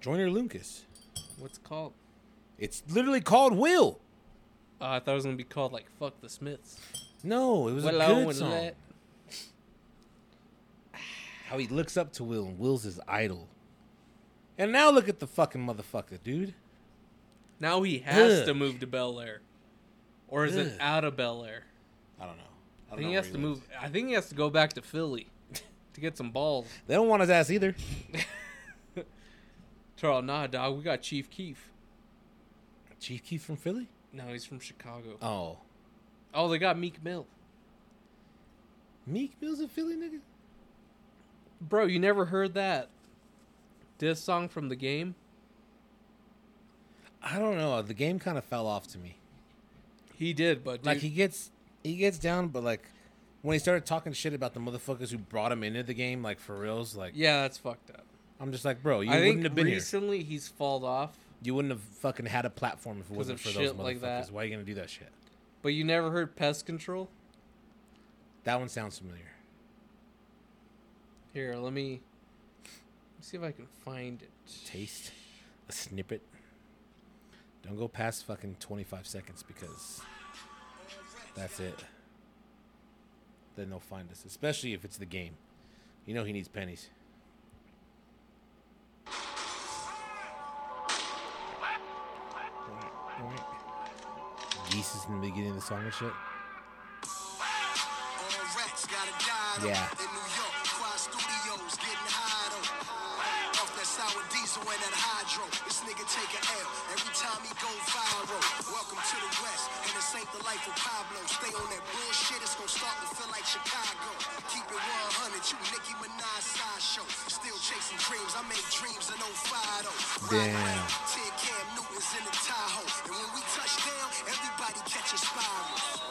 Speaker 1: Joyner Lucas.
Speaker 2: What's it called?
Speaker 1: It's literally called Will.
Speaker 2: Uh, I thought it was gonna be called like "Fuck the Smiths."
Speaker 1: No, it was
Speaker 2: Well,
Speaker 1: a
Speaker 2: I
Speaker 1: good
Speaker 2: would
Speaker 1: song.
Speaker 2: let-
Speaker 1: how he looks up to Will and Will's his idol. And now look at the fucking motherfucker, dude.
Speaker 2: Now he has
Speaker 1: Ugh.
Speaker 2: to move to Bel Air, or is
Speaker 1: Ugh.
Speaker 2: it out of Bel Air?
Speaker 1: I don't know.
Speaker 2: I
Speaker 1: don't know
Speaker 2: think he
Speaker 1: where
Speaker 2: has to
Speaker 1: lives.
Speaker 2: move. I think he has to go back to Philly [LAUGHS] to get some balls.
Speaker 1: They don't want his ass either.
Speaker 2: Terrell, nah, dog. We got Chief Keef.
Speaker 1: Chief Keef from Philly?
Speaker 2: No, he's from Chicago.
Speaker 1: Oh.
Speaker 2: Oh, they got Meek Mill.
Speaker 1: Meek Mill's a Philly nigga?
Speaker 2: Bro, you never heard that diss song from the game?
Speaker 1: I don't know. The game kind of fell off to me.
Speaker 2: He did, but dude,
Speaker 1: Like he gets he gets down, but like when he started talking shit about the motherfuckers who brought him into the game, like for reals, like
Speaker 2: yeah, that's fucked up.
Speaker 1: I'm just like, bro, you
Speaker 2: I
Speaker 1: wouldn't
Speaker 2: think
Speaker 1: have been here.
Speaker 2: recently he's fallen off,
Speaker 1: You wouldn't have fucking had a platform if it wasn't
Speaker 2: of
Speaker 1: for those
Speaker 2: shit like
Speaker 1: motherfuckers.
Speaker 2: that.
Speaker 1: Why are you gonna do that shit?
Speaker 2: but you never heard Pest Control?
Speaker 1: That one sounds familiar.
Speaker 2: Here, let me, let me see if I can find it.
Speaker 1: Taste a snippet. Don't go past fucking 25 seconds because that's it. Then they'll find us, especially if it's the game. You know he needs pennies. Geese is in the beginning of the song and shit.
Speaker 3: All rats gotta die though.
Speaker 1: Yeah.
Speaker 3: In New York, Quad Studios getting high though. Off that sour diesel and that hydro. This nigga take a L every time he go viral. Welcome to the West, and this ain't the life of Pablo. Stay on that bullshit, it's gonna start to feel like Chicago. Keep it 100, you Nicki Minaj sideshow. Still chasing dreams, I make dreams in 05 though. Ride
Speaker 1: Damn.
Speaker 3: around, 10 Cam Newtons in the Tahoe. And when we touch down, everybody catches spiral.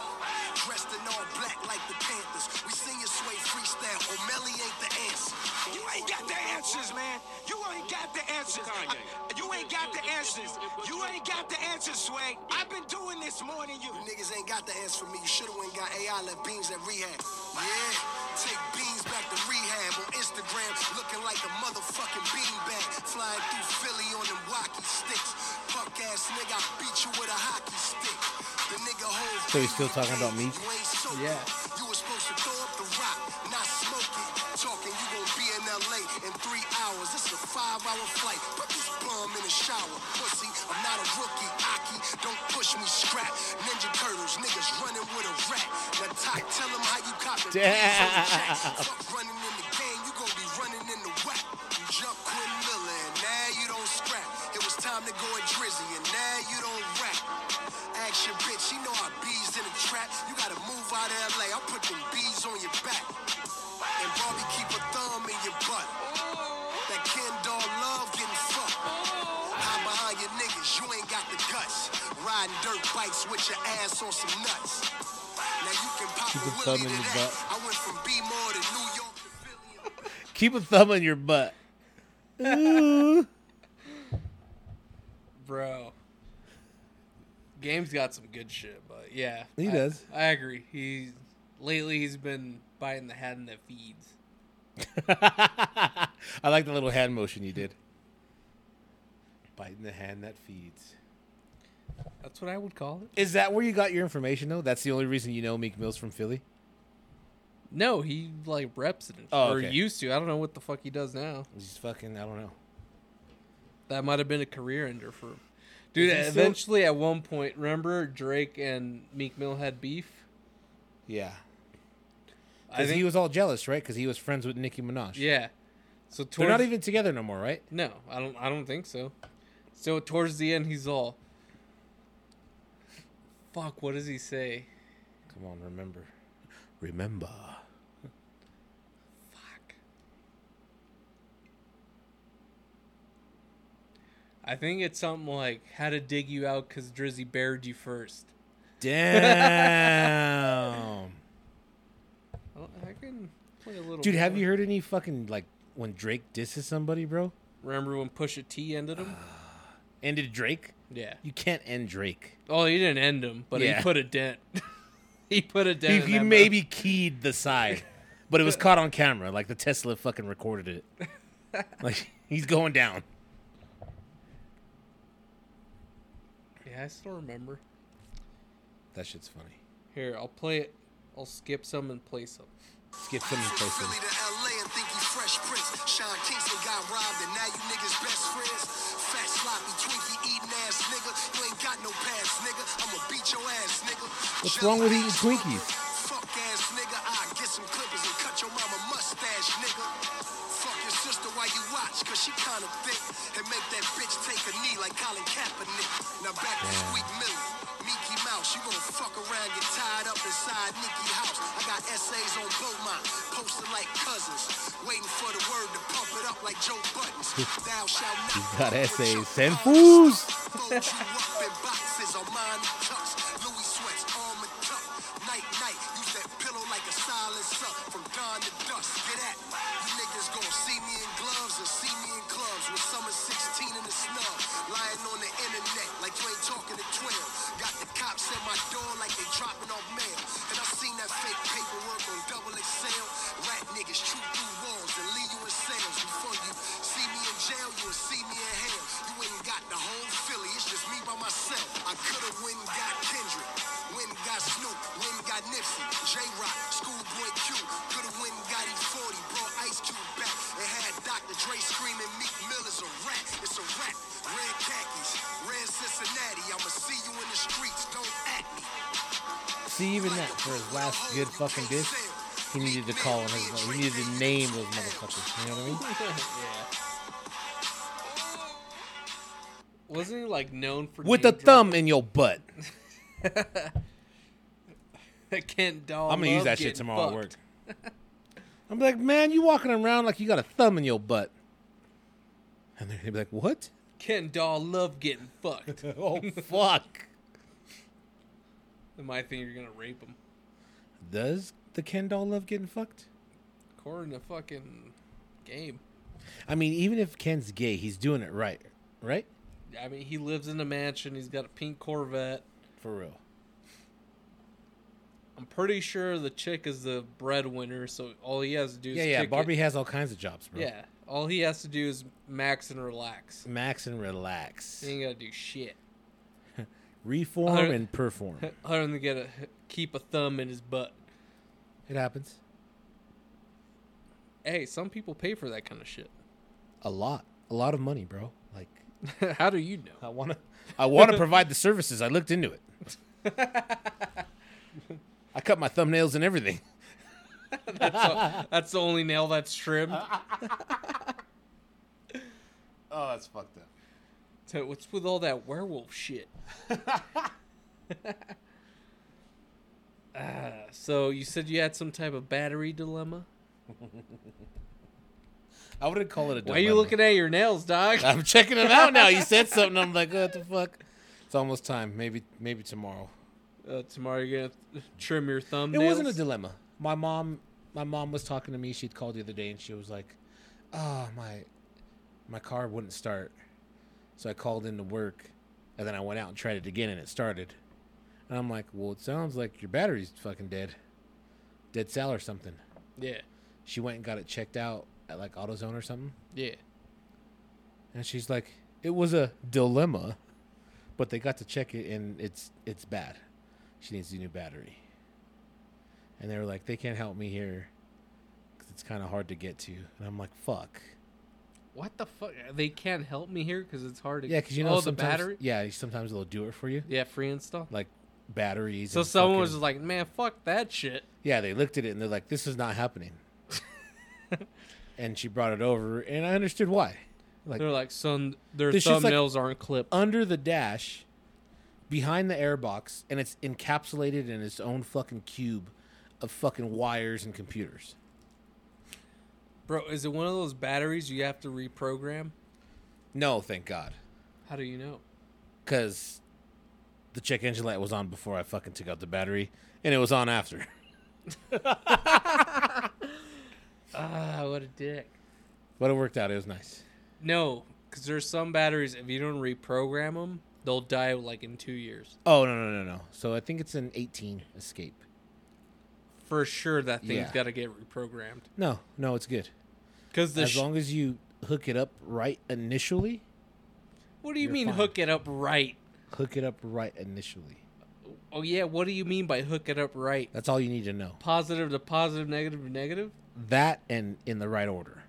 Speaker 3: Dressed in all black like the Panthers. We sing your sway freestyle. O'Malley ain't the answer.
Speaker 4: You ain't got the answers, man. You ain't got the answers. I- you ain't got the answers. You ain't got the answers, Sway. I've been doing this more than you.
Speaker 3: You niggas ain't got the answer for me. You should've went got AI left beans at rehab. Yeah, take beans back to rehab on Instagram, looking like a motherfucking beanbag. Flying through Philly on them walkie sticks. Punk ass nigga, I beat you with a hockey stick. The nigga holds.
Speaker 1: So he's still talking about me?
Speaker 3: You ain't soaking.
Speaker 2: Yeah.
Speaker 3: You were supposed to throw up the rock, not smoke it. Talking, you gon' be in LA in three hours. It's a five hour flight. Put this bum in the shower. Pussy, I'm not a rookie. Aki, don't push me, scrap. Ninja Turtles, niggas running with a rat. Now, Ty, tell them how you cop [LAUGHS] it.
Speaker 1: Damn.
Speaker 3: Fuck running in the game, you gon' be running in the whack. You jump Quinn Miller, and now you don't scrap. It was time to go at Drizzy, and now you don't rap. Ask your bitch, she know I bees in the trap. You gotta move out of LA, I'll put them bees on your back. And Barbie keep a thumb in your butt. That Ken doll love getting fucked. Hide behind your niggas, you ain't got the guts. Riding dirt bikes with your ass on some nuts. Now you can pop
Speaker 2: Keep
Speaker 3: a
Speaker 2: a
Speaker 3: wheelie
Speaker 2: thumb
Speaker 3: to
Speaker 2: in your
Speaker 3: that.
Speaker 2: butt.
Speaker 3: I went from B more to New York to Philly.
Speaker 1: Keep a thumb in your butt. [LAUGHS] Ooh.
Speaker 2: Bro. Game's got some good shit, but yeah.
Speaker 1: He
Speaker 2: I-
Speaker 1: does.
Speaker 2: I agree. He's lately he's been biting the hand that feeds.
Speaker 1: I like the little hand motion you did. Biting the hand that feeds.
Speaker 2: That's what I would call it.
Speaker 1: Is that where you got your information though? That's the only reason you know Meek Mill's from Philly.
Speaker 2: No, he like reps it
Speaker 1: Oh,
Speaker 2: or
Speaker 1: okay.
Speaker 2: used to. I don't know what the fuck he does now.
Speaker 1: He's fucking. I don't know.
Speaker 2: That might have been a career ender for him. Dude,
Speaker 1: Is he still-
Speaker 2: eventually at one point, remember Drake and Meek Mill had beef?
Speaker 1: Yeah,
Speaker 2: I
Speaker 1: because
Speaker 2: think
Speaker 1: he was all jealous, right? Because he was friends with Nicki Minaj.
Speaker 2: Yeah. So towards,
Speaker 1: they're not even together no more, right?
Speaker 2: No, I don't I don't think so. So towards the end he's all Fuck, what does he say?
Speaker 1: Come on, remember, remember.
Speaker 2: Fuck. I think it's something like how to dig you out cuz Drizzy buried you first.
Speaker 1: [LAUGHS] Damn,
Speaker 2: Well, I can play a little
Speaker 1: dude. Have
Speaker 2: more.
Speaker 1: you heard any fucking like when Drake disses somebody, bro?
Speaker 2: Remember when Pusha T
Speaker 1: [SIGHS]
Speaker 2: ended him?
Speaker 1: Ended Drake.
Speaker 2: Yeah.
Speaker 1: You can't end Drake.
Speaker 2: Oh, he didn't end him, but
Speaker 1: Yeah.
Speaker 2: he put a dent. [LAUGHS] he put a
Speaker 1: He,
Speaker 2: dent. in
Speaker 1: he
Speaker 2: that
Speaker 1: maybe keyed the side, but it was caught on camera. Like the Tesla fucking recorded [LAUGHS] it. Like he's going down.
Speaker 2: mother- Yeah, I still remember.
Speaker 1: That shit's funny.
Speaker 2: Here, I'll play it. I'll skip some [LAUGHS] and play some.
Speaker 1: Skip some
Speaker 3: From
Speaker 1: places.
Speaker 3: Philly to LA and think he's Fresh Prince, Sean Kingston got robbed, and now you niggas best friends. Fat sloppy Twinkie eating ass nigga, you ain't got no pants, nigga. I'ma beat your ass, nigga.
Speaker 1: What's wrong with eating Twinkies?
Speaker 3: Fuck ass nigga, I get some clippers and cut your mama mustache, nigga. Fuck your sister while you watch, cause she kinda thick. And make that bitch take a knee like Colin Kaepernick. Now back to Squeak Miller, Mickey Mouse. You gon' fuck around, get tied up inside Nikki House. I got essays on Beaumont, posted like cousins. Waiting for the word to pump it up like Joe Buttons.
Speaker 1: [LAUGHS]
Speaker 3: Thou shalt not.
Speaker 1: He's got essays. Send
Speaker 3: fools.
Speaker 1: fools.
Speaker 3: Fold you up in boxes, Armani cups, Louis sweats, armor tuck. Night, night, use that pillow like a silencer. From dawn to dusk, get at me. You niggas gon' see me in gloves and see me in clubs with summer 16 in the snub. Lying on the internet like you ain't talking to 12. Got the cops at my door like they dropping off mail. And I seen that fake paperwork on double XL. Rat niggas shoot through walls and leave you in sales before you see me in jail, you'll see me in hell. You ain't got the whole Philly, it's just me by myself. I could've win got Kendrick, win got Snoop, win got Nipsey, J-Rock, Schoolboy Q. Could've win got E40, brought Ice Cube back. And had Dr. Dre screaming, Meek Mill is a rat, it's a rat. Red khakis, red Cincinnati, I'ma see you in the streets, don't act me.
Speaker 1: See, even that for his last good fucking disc, he needed to call on his. He needed to name those motherfuckers. You know what I mean?
Speaker 2: yeah. Wasn't he like known for
Speaker 1: With the
Speaker 2: name
Speaker 1: thumb in your butt.
Speaker 2: [LAUGHS] dropping? Kent Doll?
Speaker 1: I'm gonna use
Speaker 2: loved
Speaker 1: that shit
Speaker 2: getting
Speaker 1: tomorrow at
Speaker 2: fucked.
Speaker 1: work. I'm like, man, you walking around like you got a thumb in your butt. And they're gonna be like, what?
Speaker 2: Kent Doll love getting
Speaker 1: [LAUGHS]
Speaker 2: fucked. [LAUGHS]
Speaker 1: Oh fuck.
Speaker 2: They might think you're gonna rape him.
Speaker 1: Does the Ken doll love getting fucked?
Speaker 2: According to fucking game.
Speaker 1: I mean, even if Ken's gay, he's doing it right, right?
Speaker 2: I mean, he lives in a mansion. He's got a pink Corvette.
Speaker 1: For real.
Speaker 2: I'm pretty sure the chick is the breadwinner, so all he has to do is
Speaker 1: Yeah, yeah.
Speaker 2: kick it-
Speaker 1: Barbie has all kinds of jobs, bro.
Speaker 2: Yeah, all he has to do is max and relax.
Speaker 1: Max and relax,
Speaker 2: He ain't gotta do shit
Speaker 1: reform
Speaker 2: Other-
Speaker 1: and
Speaker 2: [LAUGHS]
Speaker 1: perform.
Speaker 2: other than get a keep a thumb in his butt.
Speaker 1: It happens
Speaker 2: Hey, some people pay for that kind of shit. [LAUGHS]
Speaker 1: a lot, a lot of money, bro. Like
Speaker 2: How do you know?
Speaker 1: I wanna, I wanna provide the services. I looked
Speaker 2: [LAUGHS]
Speaker 1: into it. I cut my thumbnails and everything.
Speaker 2: That's the only nail that's trimmed.
Speaker 1: Oh, that's fucked up.
Speaker 2: So what's with all that
Speaker 1: [LAUGHS]
Speaker 2: werewolf shit? Ah, so you said you had some type of battery dilemma.
Speaker 1: I wouldn't call it a.
Speaker 2: Why are you looking at your nails,
Speaker 1: [LAUGHS]
Speaker 2: dog?
Speaker 1: I'm checking them out now. You said something. I'm like, what the fuck? It's almost time. Maybe, maybe tomorrow.
Speaker 2: Uh, tomorrow you're gonna th- trim your thumbnails.
Speaker 1: It wasn't a dilemma. My mom, my mom was talking to me. She'd called the other day, and she was like, "Oh, my, my car wouldn't start." So I called into work, and then I went out and tried it again, and it started. And I'm like, "Well, it sounds like your battery's fucking dead, dead cell or something."
Speaker 2: yeah,
Speaker 1: She went and got it checked out at like AutoZone or something,
Speaker 2: yeah.
Speaker 1: and she's like, "It was a dilemma, but they got to check it, and it's it's bad. She needs a new battery." And they were like, "They can't help me here, 'cause it's kind of hard to get to." And I'm like, "Fuck,
Speaker 2: What the fuck? Uh, They can't help me here because it's hard to.
Speaker 1: yeah, because you know
Speaker 2: oh, the
Speaker 1: sometimes,
Speaker 2: battery.
Speaker 1: yeah, sometimes they'll do it for you,
Speaker 2: Yeah, free install.
Speaker 1: like batteries."
Speaker 2: So
Speaker 1: and
Speaker 2: someone was
Speaker 1: fucking-
Speaker 2: just like, "Man, fuck that shit."
Speaker 1: yeah, they looked at it and they're like, "This is not
Speaker 2: [LAUGHS]
Speaker 1: happening." and she brought it over, and I understood why. Like
Speaker 2: They're like, "Son, their
Speaker 1: This shit's like-
Speaker 2: thumbnails aren't clipped."
Speaker 1: under the dash behind the airbox and it's encapsulated in its own fucking cube of fucking wires and computers.
Speaker 2: Bro, is it one of those batteries you have to reprogram?
Speaker 1: No, thank God.
Speaker 2: How do you know?
Speaker 1: Cuz the check engine light was on before I fucking took out the battery and it was on after. [LAUGHS]
Speaker 2: Ah, what a dick.
Speaker 1: But it worked out. It was nice.
Speaker 2: No, because there's some batteries. If you don't reprogram them, they'll die like in two years.
Speaker 1: Oh, no, no, no, no. So I think it's an 18 escape.
Speaker 2: For sure, that thing's
Speaker 1: Yeah.
Speaker 2: got to get reprogrammed.
Speaker 1: No, no, it's good.
Speaker 2: Because the
Speaker 1: As
Speaker 2: sh-
Speaker 1: long as you hook it up right initially,
Speaker 2: what do you
Speaker 1: you're
Speaker 2: mean
Speaker 1: fine.
Speaker 2: hook it up right?
Speaker 1: hook it up right initially.
Speaker 2: Oh yeah, what do you mean by hook it up right?
Speaker 1: That's all you need to know.
Speaker 2: Positive to positive, negative to negative.
Speaker 1: That and in the right order.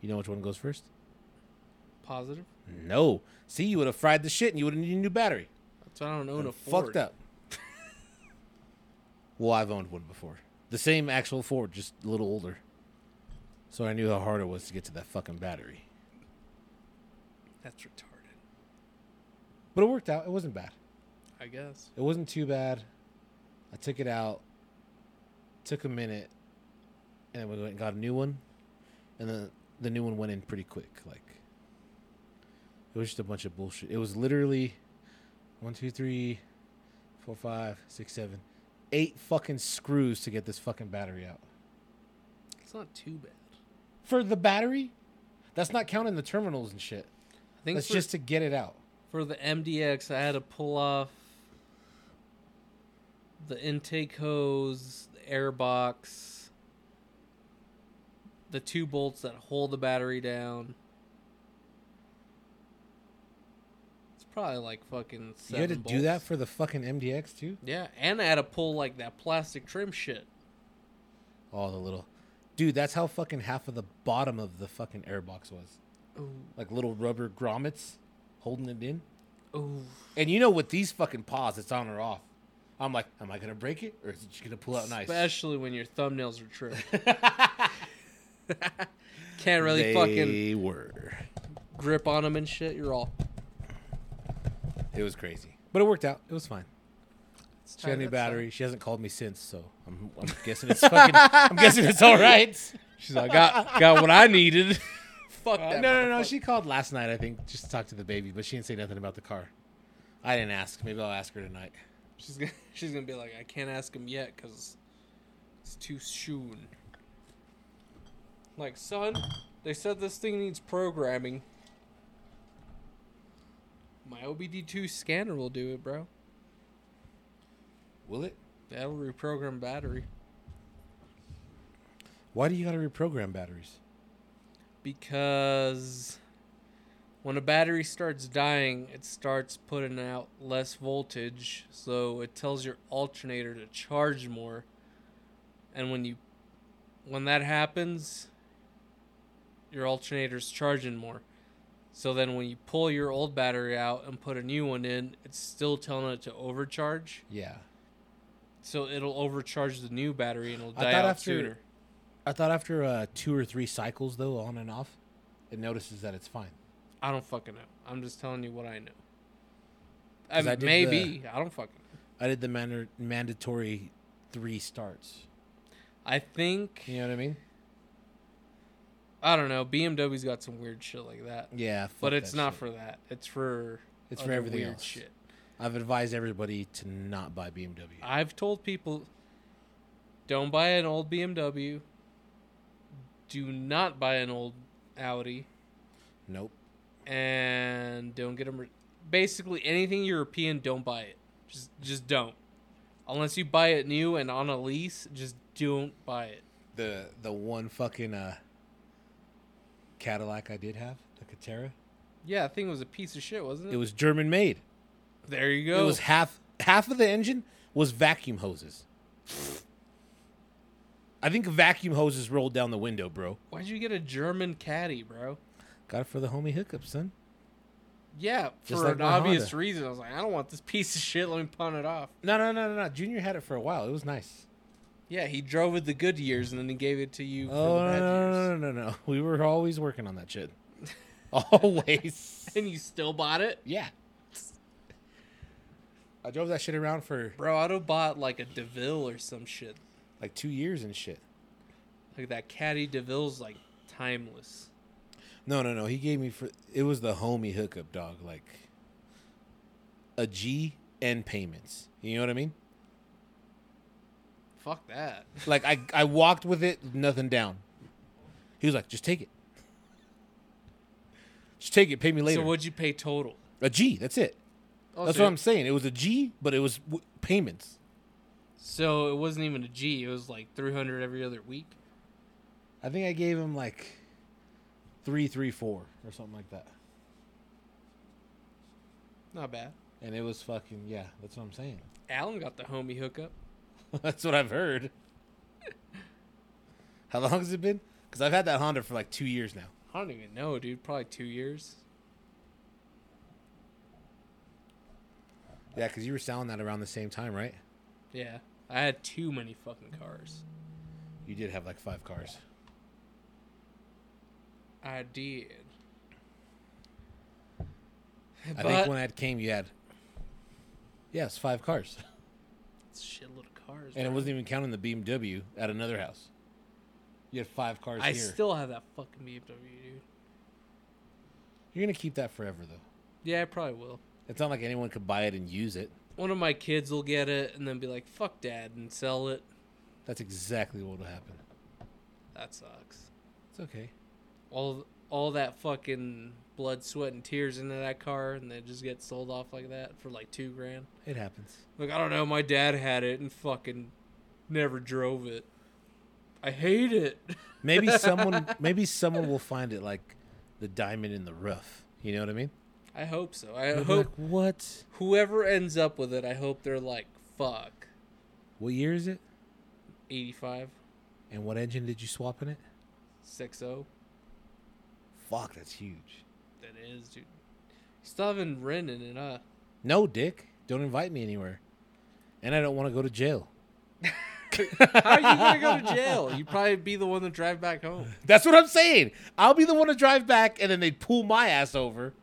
Speaker 1: You know which one goes first?
Speaker 2: Positive.
Speaker 1: No. See, you would have fried the shit and you would have needed a new battery.
Speaker 2: That's why I don't own a Ford.
Speaker 1: Fucked up. [LAUGHS] well, I've owned one before. The same actual Ford, just a little older. So I knew how hard it was to get to that fucking battery.
Speaker 2: That's retarded.
Speaker 1: But it worked out. It wasn't bad.
Speaker 2: I guess.
Speaker 1: It wasn't too bad. I took it out, took a minute, and then we went and got a new one. And then the new one went in pretty quick. Like it was just a bunch of bullshit. It was literally one, two, three, four, five, six, seven, eight fucking screws to get this fucking battery out.
Speaker 2: It's not too bad.
Speaker 1: For the battery? That's not counting the terminals and shit.
Speaker 2: I think
Speaker 1: That's
Speaker 2: for,
Speaker 1: just to get it out.
Speaker 2: for the MDX, I had to pull off the intake hose, the air box, the two bolts that hold the battery down. It's probably like fucking. Seven
Speaker 1: you had to do that
Speaker 2: bolts.
Speaker 1: for the fucking MDX too?
Speaker 2: Yeah, and I had to pull like that plastic trim shit.
Speaker 1: All the little, dude. That's how fucking half of the bottom of the fucking airbox was, like little rubber grommets holding it in.
Speaker 2: Oh,
Speaker 1: And you know, with these fucking paws, it's on or off. I'm like, am I gonna break it or is it just gonna pull out nice?
Speaker 2: especially when your thumbnails
Speaker 1: [LAUGHS]
Speaker 2: are trimmed. Can't really
Speaker 1: they
Speaker 2: fucking
Speaker 1: were.
Speaker 2: grip on them and shit. You're all.
Speaker 1: It was crazy, but it worked out. It was fine.
Speaker 2: It's
Speaker 1: She got a new
Speaker 2: tight, that's
Speaker 1: battery. She hasn't called me since, so I'm, I'm guessing it's fucking. I'm guessing
Speaker 2: [LAUGHS]
Speaker 1: it's all right.
Speaker 2: She's like, got got what I needed. Fuck
Speaker 1: Uh,
Speaker 2: that.
Speaker 1: no, no, no.
Speaker 2: motherfucker.
Speaker 1: She called last night, I think, just to talk to the baby, but she didn't say nothing about the car. I didn't ask. Maybe I'll ask her tonight.
Speaker 2: she's gonna, [LAUGHS] she's gonna be like, I can't ask him yet because it's too soon. Like, son, they said this thing needs programming. My OBD2 scanner will do it, bro.
Speaker 1: Will it?
Speaker 2: That'll reprogram battery
Speaker 1: Why do you gotta reprogram batteries?
Speaker 2: because when a battery starts dying, it starts putting out less voltage, so it tells your alternator to charge more. And when you when that happens, your alternator's charging more. So then when you pull your old battery out and put a new one in, it's still telling it to overcharge.
Speaker 1: Yeah.
Speaker 2: So it'll overcharge the new battery and it'll
Speaker 1: I
Speaker 2: die
Speaker 1: thought
Speaker 2: out
Speaker 1: after-
Speaker 2: sooner.
Speaker 1: I thought after uh, two or three cycles though, on and off, it notices that it's fine.
Speaker 2: I don't fucking know. I'm just telling you what I know.
Speaker 1: 'Cause
Speaker 2: I mean,
Speaker 1: I did
Speaker 2: maybe I don't fucking.
Speaker 1: I
Speaker 2: Know.
Speaker 1: did the man- mandatory three starts.
Speaker 2: I think
Speaker 1: You know what I mean?
Speaker 2: I don't know. BMW's got some weird shit like that,
Speaker 1: Yeah. fuck
Speaker 2: but it's
Speaker 1: that
Speaker 2: not
Speaker 1: shit.
Speaker 2: for that. It's for
Speaker 1: It's for
Speaker 2: other
Speaker 1: everything else. I've advised everybody to not buy BMW.
Speaker 2: I've told people, don't buy an old BMW. Do not buy an old Audi,
Speaker 1: nope.
Speaker 2: and don't get them. Re- Basically, anything European, don't buy it. Just just don't. Unless you buy it new and on a lease, just don't buy it.
Speaker 1: The the one fucking uh, Cadillac I did have, the Catera,
Speaker 2: Yeah, that thing was a piece of shit, wasn't it?
Speaker 1: it was German made.
Speaker 2: there you go.
Speaker 1: It was half half of the engine was vacuum hoses. I think vacuum hoses rolled down the window, bro.
Speaker 2: Why'd you get a German caddy, bro?
Speaker 1: Got it for the homie hookup, son.
Speaker 2: Yeah,
Speaker 1: Just
Speaker 2: for
Speaker 1: like
Speaker 2: an
Speaker 1: my
Speaker 2: obvious
Speaker 1: Honda.
Speaker 2: reason. I was like, I don't want this [LAUGHS] piece of shit. Let me pawn it off.
Speaker 1: No, no, no, no, no. Junior had it for a while. It was nice.
Speaker 2: Yeah, he drove it the good years and then he gave it to you for the
Speaker 1: no,
Speaker 2: bad
Speaker 1: Oh, no,
Speaker 2: years.
Speaker 1: no, no, no, [LAUGHS] no. We were always working on that [LAUGHS] shit. Always.
Speaker 2: [LAUGHS] And you still bought it?
Speaker 1: yeah. I drove that shit around for
Speaker 2: Bro, I'd have bought like a DeVille or some shit.
Speaker 1: like two years and shit.
Speaker 2: Like that caddy DeVille's like timeless.
Speaker 1: No, no, no. He gave me for it was the homie hookup, dog. Like a G and payments. You know what I mean?
Speaker 2: Fuck that.
Speaker 1: Like I, I walked with it, nothing down. He was like, just take it. Just take it, pay me [LAUGHS] later.
Speaker 2: So what'd you pay total?
Speaker 1: a G, that's it.
Speaker 2: Oh,
Speaker 1: that's
Speaker 2: so,
Speaker 1: what I'm saying. It was a G, but it was w- payments.
Speaker 2: So it wasn't even a G. It was like 300 every other week.
Speaker 1: I think I gave him like three, three, four or something like that.
Speaker 2: Not bad.
Speaker 1: And it was fucking yeah. That's what I'm saying.
Speaker 2: Alan got the homie hookup.
Speaker 1: [LAUGHS] that's what I've [LAUGHS] heard. How long has it been? Because I've had that Honda for like two years now.
Speaker 2: I don't even know, dude. Probably two years.
Speaker 1: Yeah, because you were selling that around the same time, right?
Speaker 2: Yeah, I had too many fucking cars.
Speaker 1: You did have like five cars.
Speaker 2: I did.
Speaker 1: I
Speaker 2: But-
Speaker 1: think when that came, you had yes, five cars,
Speaker 2: It's a shitload of cars.
Speaker 1: and it
Speaker 2: bro.
Speaker 1: wasn't even counting the BMW at another house. You had five cars
Speaker 2: I
Speaker 1: here.
Speaker 2: still have that fucking BMW, dude.
Speaker 1: You're gonna keep that forever, though.
Speaker 2: Yeah, I probably will.
Speaker 1: It's not like anyone could buy it and use it.
Speaker 2: One of my kids will get it and then be like, "Fuck dad," and sell it.
Speaker 1: That's exactly what will happen.
Speaker 2: That sucks.
Speaker 1: It's okay.
Speaker 2: All all that fucking blood, sweat, and tears into that car, and then it just gets sold off like that for like two grand.
Speaker 1: It happens.
Speaker 2: Like I don't know, my dad had it and fucking never drove it. I hate it. [LAUGHS]
Speaker 1: Maybe someone, maybe someone will find it like the diamond in the rough. You know what I mean?
Speaker 2: I hope so. I
Speaker 1: They'll be
Speaker 2: hope
Speaker 1: like, what?
Speaker 2: whoever ends up with it, I hope they're like, fuck,
Speaker 1: What year is it?
Speaker 2: 85,
Speaker 1: And what engine did you swap in it?
Speaker 2: 60.
Speaker 1: Fuck, that's huge.
Speaker 2: oh, That is, dude. Still haven't rented it, huh?
Speaker 1: No, Dick. Don't invite me anywhere. And I don't want to go to jail.
Speaker 2: How are you gonna go to jail? You'd probably be the one to drive back home.
Speaker 1: That's what I'm saying. I'll be the one to drive back, and then they'd pull my ass
Speaker 2: [LAUGHS]
Speaker 1: over.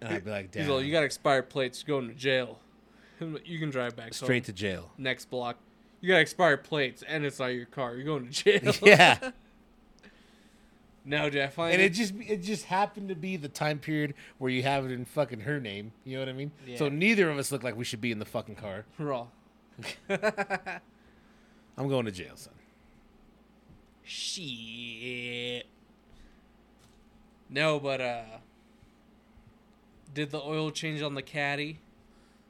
Speaker 1: And I'd be like,
Speaker 2: He's
Speaker 1: damn.
Speaker 2: like, you got expired plates, you're going to jail. [LAUGHS] I'm like, You can drive back
Speaker 1: straight
Speaker 2: home.
Speaker 1: to
Speaker 2: [LAUGHS]
Speaker 1: jail.
Speaker 2: next block. You got expired plates, and it's not your car. You're going to jail.
Speaker 1: [LAUGHS]
Speaker 2: [LAUGHS]
Speaker 1: Yeah.
Speaker 2: no, dude, I find
Speaker 1: And
Speaker 2: it-
Speaker 1: it just it just happened to be the time period where you have it in fucking her name. You know what I mean? So
Speaker 2: Yeah.
Speaker 1: neither of us look like we should be in the fucking car.
Speaker 2: raw.
Speaker 1: I'm going to jail, son.
Speaker 2: Shit. No, but uh, did the oil change on the caddy?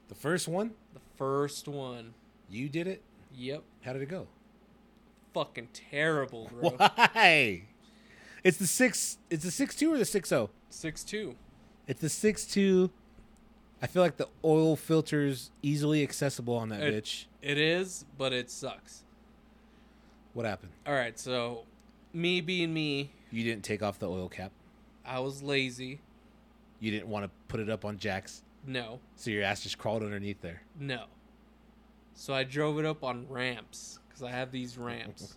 Speaker 1: The first one,
Speaker 2: The first one.
Speaker 1: you did it.
Speaker 2: Yep.
Speaker 1: How did it go?
Speaker 2: Fucking terrible, bro.
Speaker 1: Why? It's the six. It's the six two or the six zero.
Speaker 2: Six two.
Speaker 1: It's the six two. I feel like the oil filter's easily accessible on that
Speaker 2: It-
Speaker 1: bitch.
Speaker 2: It is, but it sucks.
Speaker 1: What happened?
Speaker 2: All right, so me being me,
Speaker 1: You didn't take off the oil cap.
Speaker 2: I was lazy.
Speaker 1: You didn't want to put it up on jacks,
Speaker 2: No,
Speaker 1: so your ass just crawled underneath there. [LAUGHS]
Speaker 2: no. So I drove it up on ramps because I have these ramps,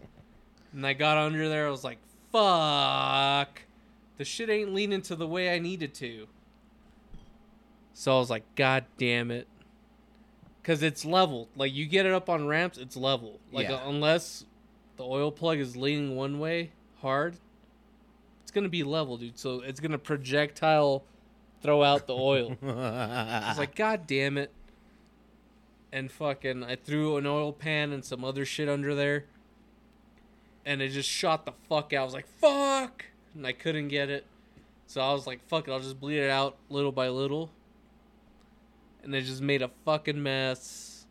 Speaker 2: and I got under there. I was like, "Fuck, the shit ain't leaning to the way I needed to." So I was like, "God damn it." Cause it's level. Like you get it up on ramps, it's level. Like
Speaker 1: Yeah.
Speaker 2: unless the oil plug is leaning one way hard, it's gonna be level, dude. So it's gonna projectile throw out the oil. I was like, God damn it. And fucking, I threw an oil pan and some other shit under there. And it just shot the fuck out. I was like, fuck! And I couldn't get it. So I was like, fuck it, I'll just bleed it out little by little. And it just made a fucking mess.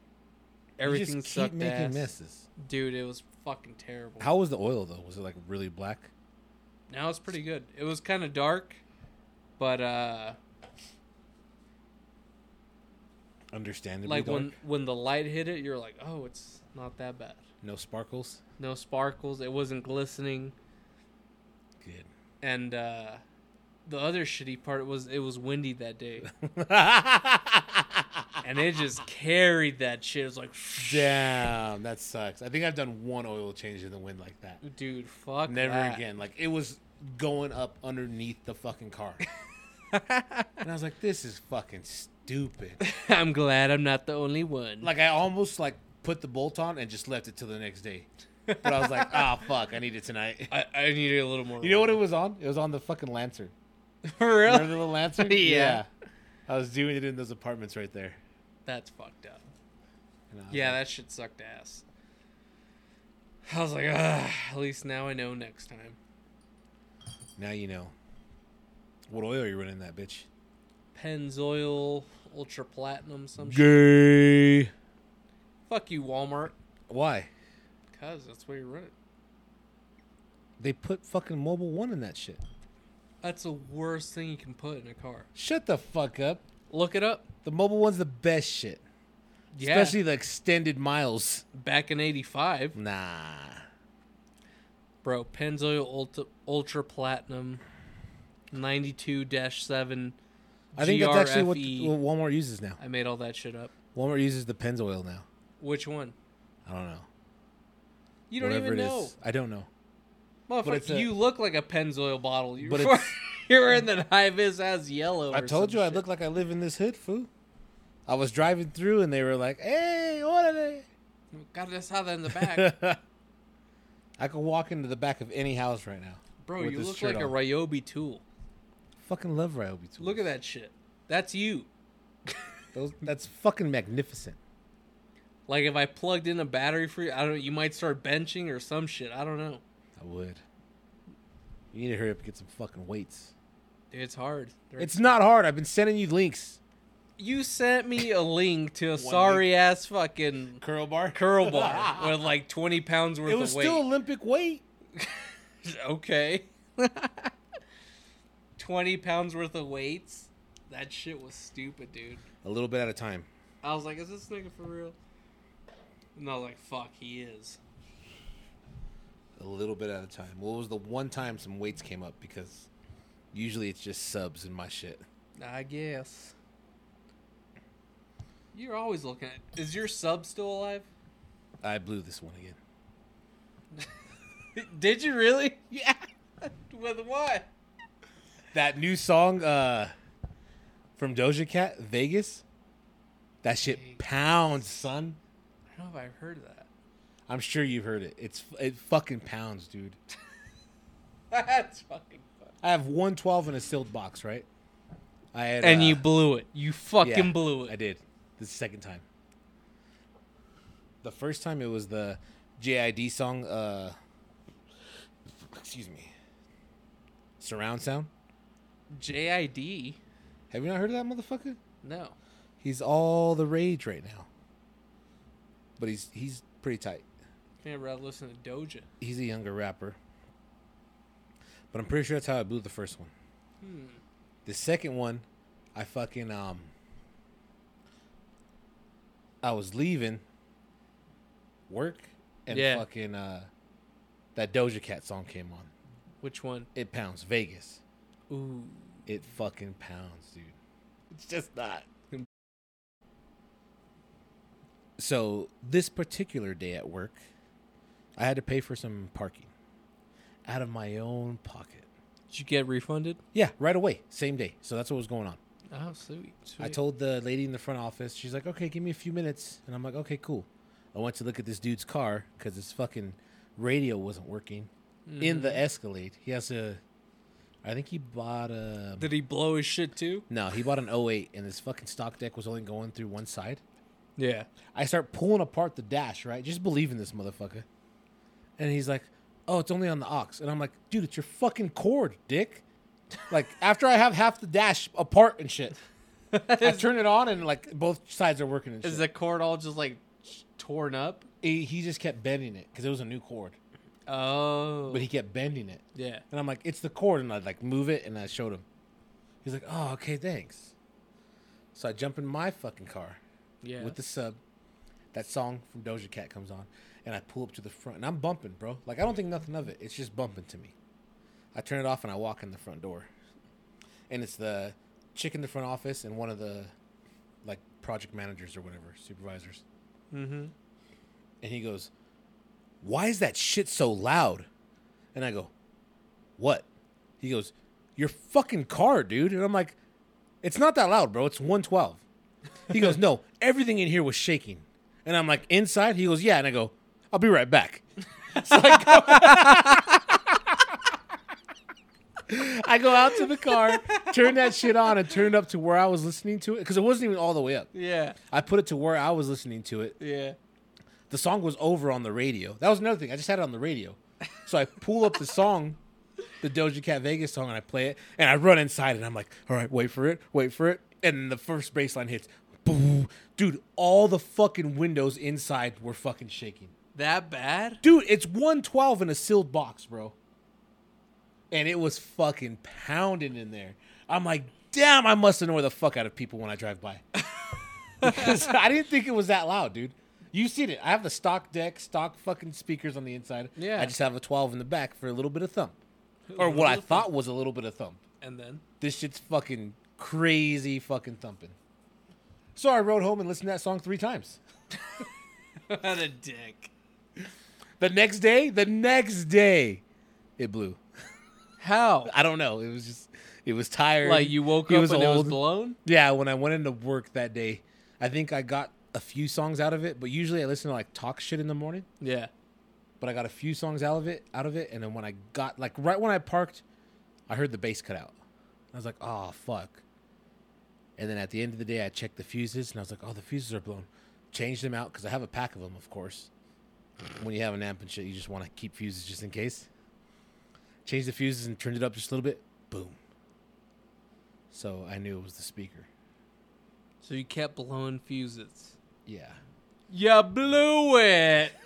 Speaker 2: Everything
Speaker 1: you just keep
Speaker 2: sucked
Speaker 1: making
Speaker 2: ass.
Speaker 1: misses.
Speaker 2: Dude, it was fucking terrible.
Speaker 1: How was the oil though? Was it like really black?
Speaker 2: Now it's pretty good. It was kind of dark, but uh
Speaker 1: Understandably
Speaker 2: like
Speaker 1: dark.
Speaker 2: when when the light hit it, you're like, "Oh, it's not that bad."
Speaker 1: no sparkles.
Speaker 2: no sparkles it wasn't glistening [LAUGHS]
Speaker 1: Good.
Speaker 2: and uh the other shitty part was it was windy
Speaker 1: [LAUGHS]
Speaker 2: that day and it just carried that shit it was like
Speaker 1: Damn, that sucks. I think I've done one oil change in the wind like that.
Speaker 2: dude fuck
Speaker 1: Never
Speaker 2: that.
Speaker 1: again. Like it was going up underneath the fucking
Speaker 2: [LAUGHS]
Speaker 1: car. and I was like, this is fucking stupid.
Speaker 2: [LAUGHS] i'm glad i'm not the only one
Speaker 1: Like I almost like put the bolt on and just left it till the next day. But I was
Speaker 2: [LAUGHS]
Speaker 1: like, ah fuck, I need it tonight.
Speaker 2: i, I needed a little more
Speaker 1: You know what it
Speaker 2: water.
Speaker 1: was on? It was on the fucking Lancer.
Speaker 2: [LAUGHS] for real
Speaker 1: Remember the little Lancer?
Speaker 2: [LAUGHS] Yeah.
Speaker 1: I was doing it in those apartments right there.
Speaker 2: that's fucked up
Speaker 1: And I was
Speaker 2: yeah
Speaker 1: like,
Speaker 2: that shit sucked ass i was like Ugh, at least now i know next time
Speaker 1: now you know. What oil are you running that bitch?
Speaker 2: pennzoil ultra platinum some shit.
Speaker 1: Gay.
Speaker 2: fuck you walmart
Speaker 1: Why?
Speaker 2: because that's where you run it
Speaker 1: They put fucking Mobile One in that shit.
Speaker 2: That's the worst thing you can put in a car.
Speaker 1: Shut the fuck up.
Speaker 2: Look it up.
Speaker 1: The Mobile One's the best shit.
Speaker 2: Yeah.
Speaker 1: Especially the extended miles.
Speaker 2: back in 85.
Speaker 1: Nah.
Speaker 2: Bro, Pennzoil Ultra, Ultra Platinum 92 7.
Speaker 1: I think that's actually what,
Speaker 2: E.
Speaker 1: what Walmart uses now.
Speaker 2: I made all that shit up.
Speaker 1: Walmart uses the Pennzoil now.
Speaker 2: Which one?
Speaker 1: I don't know.
Speaker 2: You don't even
Speaker 1: it is,
Speaker 2: know.
Speaker 1: I don't know.
Speaker 2: Motherfucker,
Speaker 1: it's a-
Speaker 2: you look like a Pennzoil bottle. [LAUGHS] You're,
Speaker 1: But it's-
Speaker 2: you're wearing the high vis as yellow.
Speaker 1: I
Speaker 2: or
Speaker 1: told
Speaker 2: some
Speaker 1: you I
Speaker 2: shit.
Speaker 1: look like I live in this hood, fool. I was driving through and they were like, "Hey, orale."
Speaker 2: Got this out in the
Speaker 1: [LAUGHS]
Speaker 2: back.
Speaker 1: I could walk into the back of any house right now.
Speaker 2: Bro,
Speaker 1: with
Speaker 2: you
Speaker 1: this
Speaker 2: look
Speaker 1: shirt
Speaker 2: like a
Speaker 1: on.
Speaker 2: Ryobi tool.
Speaker 1: Fucking love Ryobi tools.
Speaker 2: Look at that shit. That's you.
Speaker 1: Those, that's fucking magnificent.
Speaker 2: Like if I plugged in a battery for you, I don't. You might start benching or some shit. I don't know.
Speaker 1: I would. You need to hurry up and get some fucking weights.
Speaker 2: Dude, it's hard. They're-
Speaker 1: It's not hard. I've been sending you links.
Speaker 2: you sent me a link to a sorry ass fucking
Speaker 1: Curl bar.
Speaker 2: curl bar
Speaker 1: [LAUGHS]
Speaker 2: with like twenty pounds worth
Speaker 1: It was
Speaker 2: of weight.
Speaker 1: still Olympic weight.
Speaker 2: okay. [LAUGHS] twenty pounds worth of weights. That shit was stupid, dude.
Speaker 1: A little bit at a time.
Speaker 2: I was like, is this nigga for real? And I was like, fuck, he is.
Speaker 1: A little bit at a time. What was the one time some weights came up? Because usually it's just subs in my shit.
Speaker 2: I guess. You're always looking at. Is your sub still alive? [LAUGHS]
Speaker 1: I blew this one again.
Speaker 2: Did you really? [LAUGHS] Yeah. With what?
Speaker 1: That new song uh, from Doja Cat, Vegas. That shit pounds, son.
Speaker 2: I don't know if I've heard of that. [LAUGHS]
Speaker 1: I'm sure you've heard it. It's it fucking pounds, dude.
Speaker 2: That's fucking fun.
Speaker 1: I have 112 in a sealed box, right? I had,
Speaker 2: And
Speaker 1: uh,
Speaker 2: you blew it. You fucking
Speaker 1: yeah,
Speaker 2: blew
Speaker 1: I
Speaker 2: it.
Speaker 1: did. The second time. The first time it was the JID song. Uh, excuse me. Surround sound.
Speaker 2: JID?
Speaker 1: Have you not heard of that motherfucker?
Speaker 2: No.
Speaker 1: He's all the rage right now. But he's he's pretty tight.
Speaker 2: I think I'd rather listen to Doja.
Speaker 1: He's a younger rapper. But I'm pretty sure that's how I blew the first one. The second one, I fucking um I was leaving work and
Speaker 2: Yeah.
Speaker 1: fucking uh that Doja Cat song came on.
Speaker 2: Which one?
Speaker 1: It pounds Vegas.
Speaker 2: Ooh.
Speaker 1: It fucking pounds, dude. It's just not. So this particular day at work, I had to pay for some parking out of my own pocket.
Speaker 2: Did you get refunded?
Speaker 1: Yeah, right away, same day. So that's what was going on.
Speaker 2: Oh, sweet. sweet.
Speaker 1: I told the lady in the front office, she's like, okay, give me a few minutes. And I'm like, okay, cool. I went to look at this dude's car because his fucking radio wasn't working in the Escalade. He has a, I think he bought a.
Speaker 2: Did he blow his shit too?
Speaker 1: No, he bought an 08 and his fucking stock deck was only going through one side.
Speaker 2: Yeah.
Speaker 1: I start pulling apart the dash, right? Just believe in this motherfucker. And he's like, oh, it's only on the aux. And I'm like, dude, it's your fucking cord, dick. Like, [LAUGHS] after I have half the dash apart and shit,
Speaker 2: [LAUGHS]
Speaker 1: I turn it on and like both sides are working and shit.
Speaker 2: Is the cord all just like torn up?
Speaker 1: he, he just kept bending it because it was a new cord,
Speaker 2: Oh.
Speaker 1: but he kept bending it.
Speaker 2: yeah.
Speaker 1: And I'm like, it's the cord. And I like move it and I showed him. He's like, oh, okay, thanks. So I jump in my fucking car.
Speaker 2: Yeah.
Speaker 1: with the sub. That song from Doja Cat comes on, and I pull up to the front, and I'm bumping, bro. Like I don't think nothing of it. It's just bumping to me. I turn it off and I walk in the front door, and it's the chick in the front office and one of the like project managers or whatever supervisors. Mm-hmm. And he goes, "Why is that shit so loud?" And I go, "What?" He goes, "Your fucking car, dude." And I'm like, "It's not that loud, bro. It's 112." He goes, No, everything in here was shaking. And I'm like, Inside? He goes, Yeah. And I go, I'll be right back. [LAUGHS] So I go, [LAUGHS] I go out to the car, turn that shit on, and turn it up to where I was listening to it. Because it wasn't even all the way up.
Speaker 2: yeah.
Speaker 1: I put it to where I was listening to it.
Speaker 2: Yeah.
Speaker 1: The song was over on the radio. That was another thing. I just had it on the radio. So I pull up the song. The Doja Cat Vegas song, and I play it, and I run inside, and I'm like, "All right, wait for it, wait for it," and the first bass line hits, boo, dude! All the fucking windows inside were fucking shaking,
Speaker 2: That bad?
Speaker 1: dude. It's 112 in a sealed box, bro, and it was fucking pounding in there. I'm like, "Damn, [LAUGHS] I must annoy the fuck out of people when I drive by," because I didn't think it was that loud, dude. You've seen it. I have the stock deck, stock fucking speakers on the inside.
Speaker 2: Yeah.
Speaker 1: I just have a 12 in the back for a little bit of thump. Or what I thought was a little bit of thump.
Speaker 2: And then
Speaker 1: [LAUGHS] This shit's fucking crazy fucking thumping. So I rode home and listened to that song three times.
Speaker 2: what a dick.
Speaker 1: The next day, the next day, it blew.
Speaker 2: How?
Speaker 1: I don't know. It was just, it was tired.
Speaker 2: Like you woke
Speaker 1: He
Speaker 2: up
Speaker 1: was
Speaker 2: and it was
Speaker 1: old.
Speaker 2: blown?
Speaker 1: Yeah, when I went into work that day, I think I got a few songs out of it, but usually I listen to like talk shit in the morning.
Speaker 2: Yeah.
Speaker 1: But I got a few songs out of it, out of it, and then when I got like right when I parked, I heard the bass cut out. I was like, "Oh fuck!" And then at the end of the day, I checked the fuses, and I was like, "Oh, the fuses are blown." Changed them out because I have a pack of them, of course. When you have an amp and shit, you just want to keep fuses just in case. Changed the fuses and turned it up just a little bit. Boom. So I knew it was the speaker.
Speaker 2: So you kept blowing fuses.
Speaker 1: Yeah.
Speaker 2: You blew it.